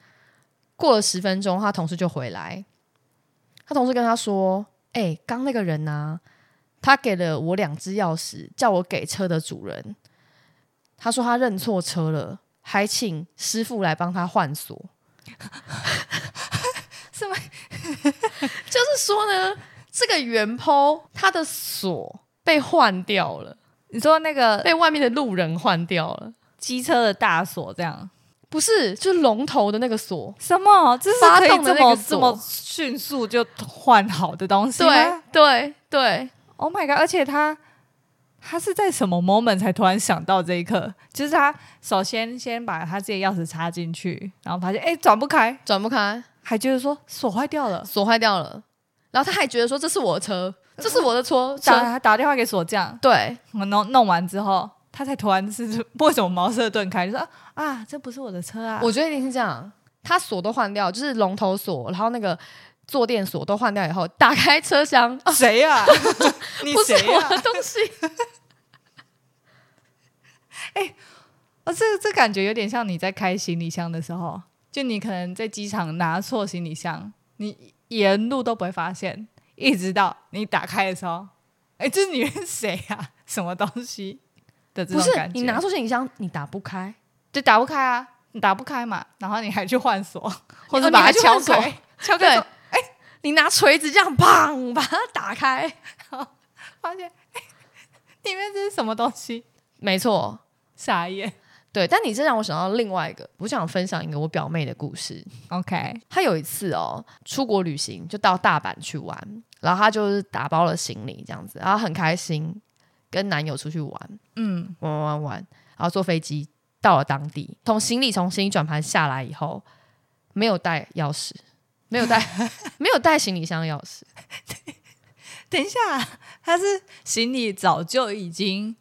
Speaker 2: 过了十分钟，他同事就回来，他同事跟他说：“哎、刚那个人呐、他给了我两只钥匙，叫我给车的主人。他说他认错车了，还请师傅来帮他换锁。
Speaker 3: 什么？
Speaker 2: 就是说呢，这个原剖他的锁被换掉了，
Speaker 3: 你说那个
Speaker 2: 被外面的路人换掉了，
Speaker 3: 机车的大锁这样？
Speaker 2: 不是，就是龙头的那个锁。”
Speaker 3: 什么？这是
Speaker 2: 发
Speaker 3: 可以
Speaker 2: 动的
Speaker 3: 这
Speaker 2: 那
Speaker 3: 么
Speaker 2: 个
Speaker 3: 这
Speaker 2: 锁
Speaker 3: 么迅速就换好的东西
Speaker 2: 对
Speaker 3: 吗
Speaker 2: 对对，
Speaker 3: ？Oh my god！而且他他是在什么 moment 才突然想到这一刻？就是他首先先把他自己的钥匙插进去，然后发现哎转不开，
Speaker 2: 转不开，
Speaker 3: 还觉得说锁坏掉了，
Speaker 2: 锁坏掉了。然后他还觉得说这是我的车，这是我的 车车。
Speaker 3: 打打电话给锁匠，
Speaker 2: 对
Speaker 3: 弄弄完之后，他才突然是 为什么茅塞顿开，就说啊这不是我的车啊，
Speaker 2: 我觉得一定是这样，他锁都换掉，就是龙头锁，然后那个坐垫锁都换掉以后，打开车厢，啊、
Speaker 3: 谁呀、 你
Speaker 2: 不是
Speaker 3: 谁啊
Speaker 2: 我
Speaker 3: 呀、
Speaker 2: 的东西。
Speaker 3: 哦，这这感觉有点像你在开行李箱的时候，就你可能在机场拿错行李箱，你沿路都不会发现，一直到你打开的时候，哎，这女人是谁呀、 什么东西的 这
Speaker 2: 不
Speaker 3: 种
Speaker 2: 是
Speaker 3: 感觉？
Speaker 2: 你拿出行李箱，你打不开，
Speaker 3: 就打不开啊，你打不开嘛，然后你还去换锁，或者
Speaker 2: 哦你
Speaker 3: 把它
Speaker 2: 还去
Speaker 3: 敲
Speaker 2: 换锁
Speaker 3: 开，敲开之哎后
Speaker 2: 你拿锤子这样砰把它打开。
Speaker 3: 发现，哎，里面这是什么东西？
Speaker 2: 没错，
Speaker 3: 傻眼。
Speaker 2: 对。但你这让我想到另外一个，我想分享一个我表妹的故事。
Speaker 3: OK，
Speaker 2: 他有一次哦，出国旅行就到大阪去玩，然后他就是打包了行李这样子，然后很开心，跟男友出去玩，
Speaker 3: 嗯，
Speaker 2: 玩玩玩玩，然后坐飞机到了当地，从行李从行李转盘下来以后，没有带钥匙，没 有带没有带行李箱钥匙，
Speaker 3: 等一下，他是行李早就已经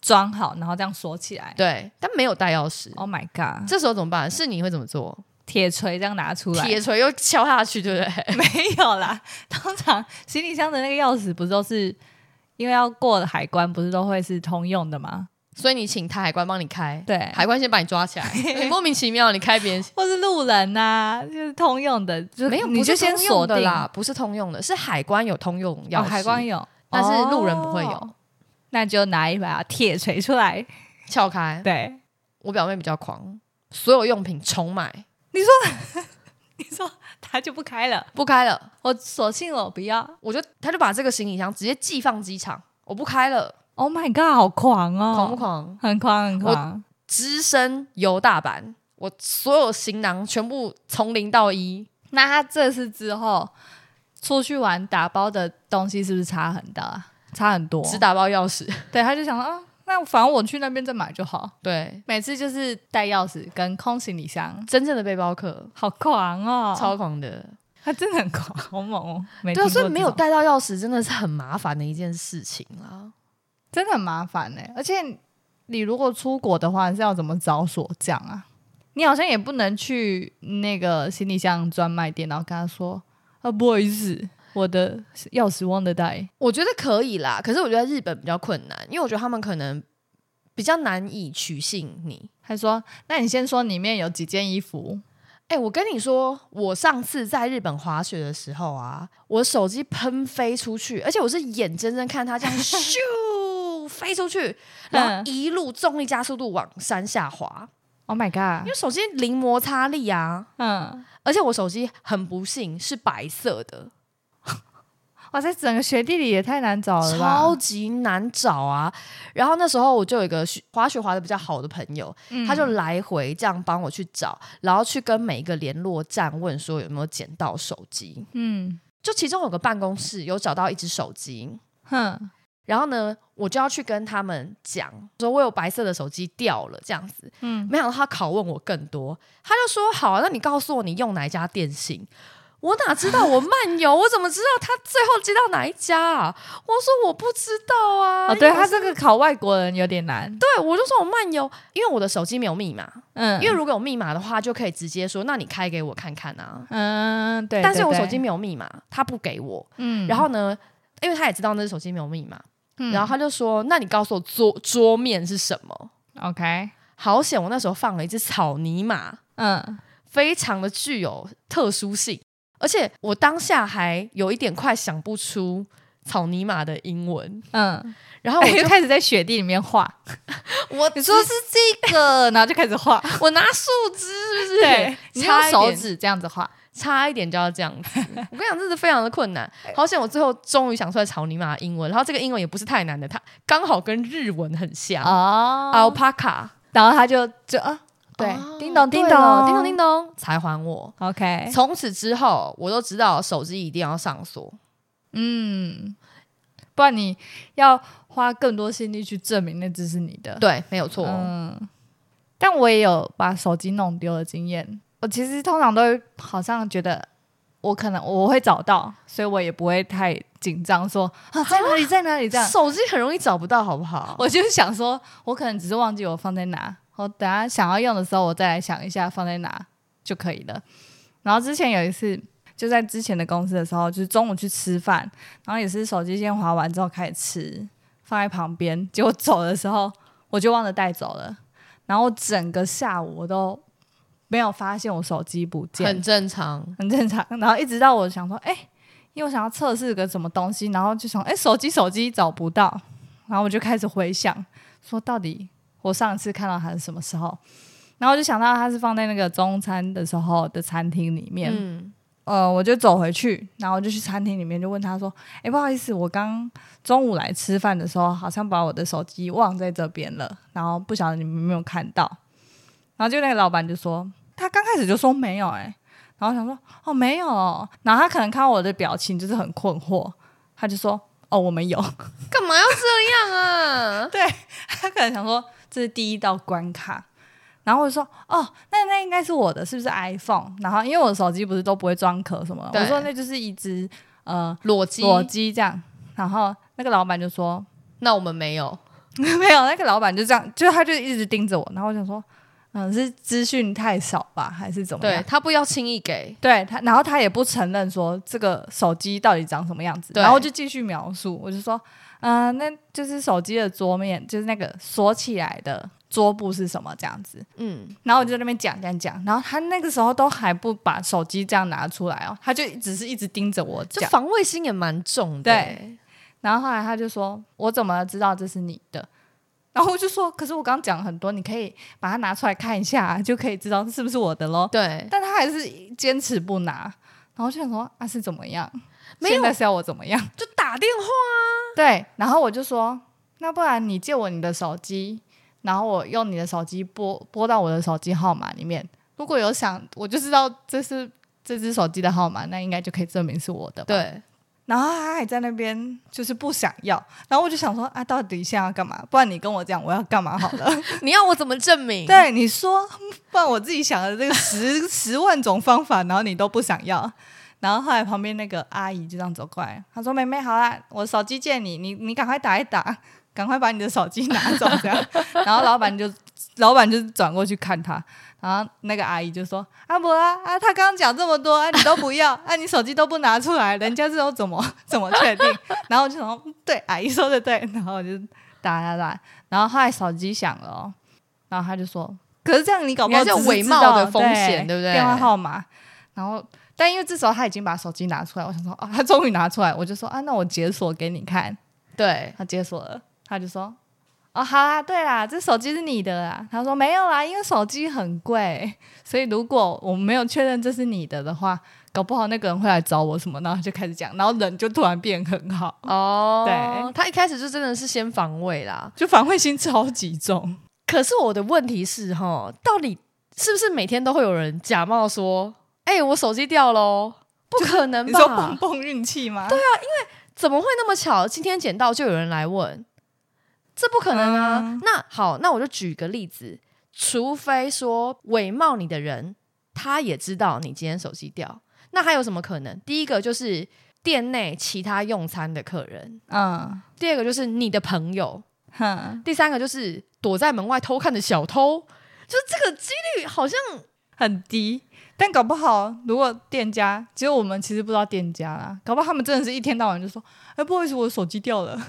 Speaker 3: 装好，然后这样锁起来。
Speaker 2: 对，但没有带钥匙，
Speaker 3: Oh my god！
Speaker 2: 这时候怎么办？是你会怎么做？
Speaker 3: 铁锤这样拿出来，
Speaker 2: 铁锤又敲下去，对不对？
Speaker 3: 没有啦。通常行李箱的那个钥匙不都是因为要过海关，不是都会是通用的吗？
Speaker 2: 所以你请台海关帮你开，
Speaker 3: 对，
Speaker 2: 海关先把你抓 起来，你莫名其妙你开别人
Speaker 3: 或是路人呐、就是通用的，就
Speaker 2: 没有，
Speaker 3: 你
Speaker 2: 不
Speaker 3: 就是先
Speaker 2: 通
Speaker 3: 锁
Speaker 2: 用
Speaker 3: 定
Speaker 2: 的啦，不是通用的，是海关有通用钥匙，
Speaker 3: 哦，海关有，
Speaker 2: 但是路人不会有
Speaker 3: 哦那就拿一把铁锤出来，
Speaker 2: 撬开。
Speaker 3: 对，
Speaker 2: 我表妹比较狂，所有用品重买，
Speaker 3: 你说他就不开了，
Speaker 2: 不开了，
Speaker 3: 我索性我不要。
Speaker 2: 我就她就把这个行李箱直接寄放机场，我不开了，
Speaker 3: Oh my god，好狂哦，
Speaker 2: 狂不？狂？
Speaker 3: 很狂，很狂。
Speaker 2: 只身游大阪，我所有行囊全部从零到一，
Speaker 3: 那他这次之后出去玩打包的东西是不是差很大？差很多。
Speaker 2: 只打包钥 匙，
Speaker 3: 对，他就想说啊，那反正我去那边再买就好。
Speaker 2: 对，
Speaker 3: 每次就是带钥匙跟空行李箱，
Speaker 2: 真正的背包客，
Speaker 3: 好狂哦！
Speaker 2: 超狂的。
Speaker 3: 他真的很狂，好猛哦！没
Speaker 2: 对啊，
Speaker 3: 听过
Speaker 2: 所以没有
Speaker 3: 这种
Speaker 2: 带到钥匙真的是很麻烦的一件事情啦。
Speaker 3: 真的很麻烦呢、而且你如果出国的话，是要怎么找锁匠啊？你好像也不能去那个行李箱专卖店，然后跟他说啊，不好意思，我的钥匙忘了带。
Speaker 2: 我觉得可以啦，可是我觉得日本比较困难，因为我觉得他们可能比较难以取信你。
Speaker 3: 他说：“那你先说里面有几件衣服。
Speaker 2: 哎、我跟你说，我上次在日本滑雪的时候啊，我手机喷飞出去，而且我是眼睁睁看它这样咻飞出去，然后一路重力加速度往山下滑，
Speaker 3: ”Oh my
Speaker 2: 因
Speaker 3: god！
Speaker 2: 为手机零摩擦力啊，
Speaker 3: 嗯，
Speaker 2: 而且我手机很不幸是白色的，
Speaker 3: 哇塞，整个雪地里也太难找了吧？
Speaker 2: 超级难找啊。然后那时候我就有一个学滑雪滑的比较好的朋友，
Speaker 3: 嗯
Speaker 2: 他就来回这样帮我去找，然后去跟每一个联络站问说有没有捡到手机。
Speaker 3: 嗯
Speaker 2: 就其中有个办公室有找到一只手机，
Speaker 3: 哼，
Speaker 2: 然后呢，我就要去跟他们讲说我有白色的手机掉了这样子。
Speaker 3: 嗯，
Speaker 2: 没想到他拷问我更多，他就说好啊、那你告诉我你用哪一家电信。我哪知道我漫游，我怎么知道他最后接到哪一家啊？我说我不知道啊。
Speaker 3: 哦，对
Speaker 2: 因为我
Speaker 3: 他
Speaker 2: 是
Speaker 3: 这个考外国人有点难。
Speaker 2: 对我就说我漫游，因为我的手机没有密码，
Speaker 3: 嗯，
Speaker 2: 因为如果有密码的话，就可以直接说，那你开给我看看啊。
Speaker 3: 嗯对，
Speaker 2: 但是
Speaker 3: 对
Speaker 2: 我
Speaker 3: 对
Speaker 2: 手机没有密码，他不给我。
Speaker 3: 嗯，
Speaker 2: 然后呢，因为他也知道那是手机没有密码，
Speaker 3: 嗯
Speaker 2: 然后他就说：“那你告诉我桌桌面是什么
Speaker 3: OK，？”
Speaker 2: 好险，我那时候放了一只草泥马，
Speaker 3: 嗯，
Speaker 2: 非常的具有特殊性，而且我当下还有一点快想不出草泥马的英文，
Speaker 3: 嗯，
Speaker 2: 然后我
Speaker 3: 我就
Speaker 2: 就
Speaker 3: 开始在雪地里面 画。
Speaker 2: 我
Speaker 3: 你说是这 个，然后就开始画。
Speaker 2: 我拿树枝是不是？
Speaker 3: 对，你用
Speaker 2: 差一
Speaker 3: 手
Speaker 2: 点
Speaker 3: 指这样子画。
Speaker 2: 差一点就要这样 子。我跟你讲，真的非常的困难。好险，我最后终于想出来草泥马的英文，然后这个英文也不是太难的，它刚好跟日文很像。
Speaker 3: 哦，
Speaker 2: Alpaca，
Speaker 3: 然后他就就啊，对
Speaker 2: 哦，哎
Speaker 3: 叮咚
Speaker 2: 对
Speaker 3: 叮
Speaker 2: 了
Speaker 3: 咚
Speaker 2: 叮咚叮咚，才还我。
Speaker 3: 咚。OK，
Speaker 2: 从此之后，我都知道手机一定要上锁。
Speaker 3: 嗯，不然你要花更多心力去证明那只是你的。
Speaker 2: 对，没有错。哦
Speaker 3: 嗯，但我也有把手机弄丢的经验。我其实通常都会好像觉得我可能我会找到，所以我也不会太紧张说，啊在哪里在哪里这样。
Speaker 2: 手机很容易找不到，好不好？
Speaker 3: 我就是想说，我可能只是忘记我放在哪，我等下想要用的时候，我再来想一下放在哪就可以了。然后之前有一次，就在之前的公司的时候，就是中午去吃饭，然后也是手机先划完之后开始吃，放在旁边，结果走的时候我就忘了带走了，然后整个下午我都没有发现我手机不见，
Speaker 2: 很正常。
Speaker 3: 很正常。然后一直到我想说，哎、因为我想要测试个什么东西，然后就想，哎、手机手机找不到，然后我就开始回想，说到底我上一次看到它是什么时候？然后我就想到它是放在那个中餐的时候的餐厅里面，
Speaker 2: 嗯，
Speaker 3: 呃，我就走回去，然后我就去餐厅里面就问他说：“哎，不好意思，我刚中午来吃饭的时候，好像把我的手机忘在这边了，然后不晓得你们有没有看到。”然后就那个老板就说：“他刚开始就说没有、诶哎，然后我想说哦没有哦，然后他可能看到我的表情就是很困惑，他就说哦我们有，
Speaker 2: 干嘛要这样啊？
Speaker 3: 他可能想说这是第一道关卡。”然后我就说哦，那那应该是我的，是不是 iPhone？然后因为我的手机不是都不会装壳什么的，
Speaker 2: 对
Speaker 3: 我说那就是一只呃
Speaker 2: 裸机？
Speaker 3: 裸机这样。然后那个老板就说
Speaker 2: 那我们没有。
Speaker 3: 没有，那个老板就这样，就他就一直盯着我。然后我想说，嗯，是资讯太少吧，还是怎么
Speaker 2: 对
Speaker 3: 样？
Speaker 2: 他不要轻易给。
Speaker 3: 对他，然后他也不承认说这个手机到底长什么样子，
Speaker 2: 对
Speaker 3: 然后我就继续描述，我就说，嗯、那就是手机的桌面，就是那个锁起来的桌布是什么这样子。
Speaker 2: 嗯，
Speaker 3: 然后我就在那边讲讲讲，然后他那个时候都还不把手机这样拿出来哦，他就只是一直盯着我
Speaker 2: 这
Speaker 3: 讲。
Speaker 2: 防卫心也蛮重的、
Speaker 3: 对然后后来他就说：“我怎么知道这是你的？”然后我就说：“可是我刚讲很多，你可以把它拿出来看一下，啊就可以知道是不是我的咯。
Speaker 2: 对”，
Speaker 3: 但他还是坚持不拿，然后就想说：“啊，是怎么样？
Speaker 2: 没有
Speaker 3: 现在是要我怎么 样
Speaker 2: 就打电话。？”
Speaker 3: 对，然后我就说：“那不然你借我你的手机，然后我用你的手机拨拨到我的手机号码里面，如果有想，我就知道这是这只手机的号码，那应该就可以证明是我的吧。”
Speaker 2: 对，
Speaker 3: 然后他还在那边就是不想要，然后我就想说啊，到底现在要干嘛？不然你跟我讲我要干嘛好了。
Speaker 2: 你要我怎么证明？
Speaker 3: 对，你说，不然我自己想的这个十 十万种方法，然后你都不想要。然后后来旁边那个阿姨就这样走过来，她说：“妹妹，好啦，我手机借你，你你赶快打一打，赶快把你的手机拿走。”这样， 然后老板就老板就转过去看他，然后那个阿姨就说：“阿伯啊，啊，他刚刚讲这么多，啊，你都不要，啊，你手机都不拿出来，人家这种怎么怎么确定？”然后我就想说，嗯对，阿姨说的对，然后我就打打打，然后后来手机响了、哦，然后他就说：“可是这样你搞不好
Speaker 2: 你还是有
Speaker 3: 只是
Speaker 2: 伪
Speaker 3: 知
Speaker 2: 冒
Speaker 3: 道
Speaker 2: 的风险对不对
Speaker 3: 电话号码，然后。但因为这时候他已经把手机拿出来，我想说啊，他终于拿出来，我就说啊，那我解锁给你看。
Speaker 2: 对，
Speaker 3: 他解锁了，他就说：“哦，好啦，对啦，这手机是你的啦。”他说：“没有啦，因为手机很贵，所以如果我没有确认这是你的的话，搞不好那个人会来找我什么。”然后就开始讲，然后人就突然变很好，
Speaker 2: 哦，
Speaker 3: 对，
Speaker 2: 他一开始就真的是先防卫啦。
Speaker 3: 就防卫心超级重。
Speaker 2: 可是我的问题是，哈，到底是不是每天都会有人假冒说，哎、我手机掉喽？不可能
Speaker 3: 你说蹦
Speaker 2: 吧？
Speaker 3: 蹦运气吗？对啊，
Speaker 2: 怎么会那么巧？今天捡到就有人来问，这不可能啊！
Speaker 3: 嗯
Speaker 2: 那好，那我就举个例子，除非说伪冒你的人，他也知道你今天手机掉，那还有什么可能？第一个就是店内其他用餐的客人，
Speaker 3: 嗯，
Speaker 2: 第二个就是你的朋友，
Speaker 3: 哼，
Speaker 2: 第三个就是躲在门外偷看的小偷，就是这个几率好像
Speaker 3: 很低。但搞不好，如果店家，其实我们其实不知道店家啦，搞不好他们真的是一天到晚就说：“哎、不好意思，我手机掉了。”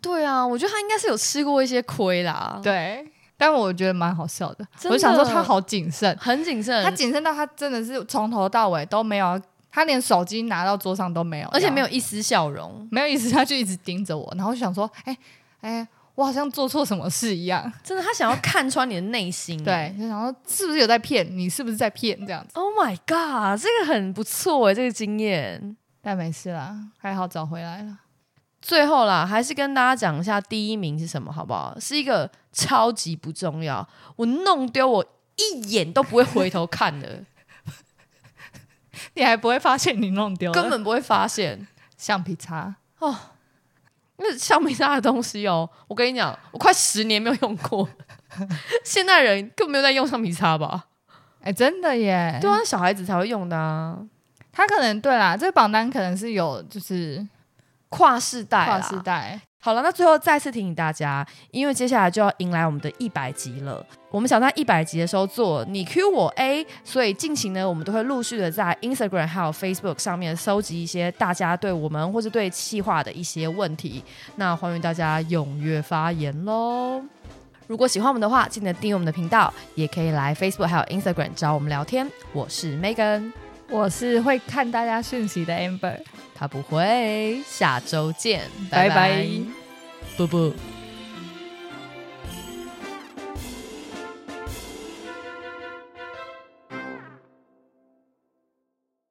Speaker 2: 对啊，我觉得他应该是有吃过一些亏啦。
Speaker 3: 对，但我觉得蛮好笑的。
Speaker 2: 真的
Speaker 3: 我就想说他好谨慎，
Speaker 2: 很谨慎，
Speaker 3: 他谨慎到他真的是从头到尾都没有，他连手机拿到桌上都没有，
Speaker 2: 而且没
Speaker 3: 有
Speaker 2: 有一丝笑容，
Speaker 3: 没有意思，他就一直盯着我，然后我想说，哎、哎、我好像做错什么事一样，
Speaker 2: 真的，他想要看穿你的内心。
Speaker 3: 对，就想说是不是有在骗你，是不是在骗这样子？
Speaker 2: ，Oh my god，这个很不错哎，这个经验。
Speaker 3: 但没事啦，还好找回来了。
Speaker 2: 最后啦，还是跟大家讲一下第一名是什么，好不好？是一个超级不重要，我弄丢我一眼都不会回头看 的，
Speaker 3: 你还不会发现你弄丢了
Speaker 2: 根本不会发现。
Speaker 3: 橡皮擦，
Speaker 2: 那橡皮擦的东西哦，我跟你讲，我快十年没有用过， 现代人更没有在用橡皮擦吧？
Speaker 3: 哎、真的耶，
Speaker 2: 对啊，小孩子才会用的啊，
Speaker 3: 他可能对啦，这个榜单可能是有就是
Speaker 2: 跨世代，
Speaker 3: 跨世。代，
Speaker 2: 好了，那最后再次提醒大家，因为接下来就要迎来我们的一百集了。我们想在一百集的时候做你 Q 我 A，所以近期呢，我们都会陆续的在 Instagram 还有 Facebook 上面收集一些大家对我们或是对企划的一些问题。那欢迎大家踊跃发言喽！如果喜欢我们的话，记得订阅我们的频道，也可以来 Facebook 还有 Instagram 找我们聊天。我是 Megan，
Speaker 3: 我是会看大家讯息的 Amber。
Speaker 2: 他不会，下周见，
Speaker 3: 拜
Speaker 2: 拜
Speaker 3: 拜
Speaker 2: 拜，不不。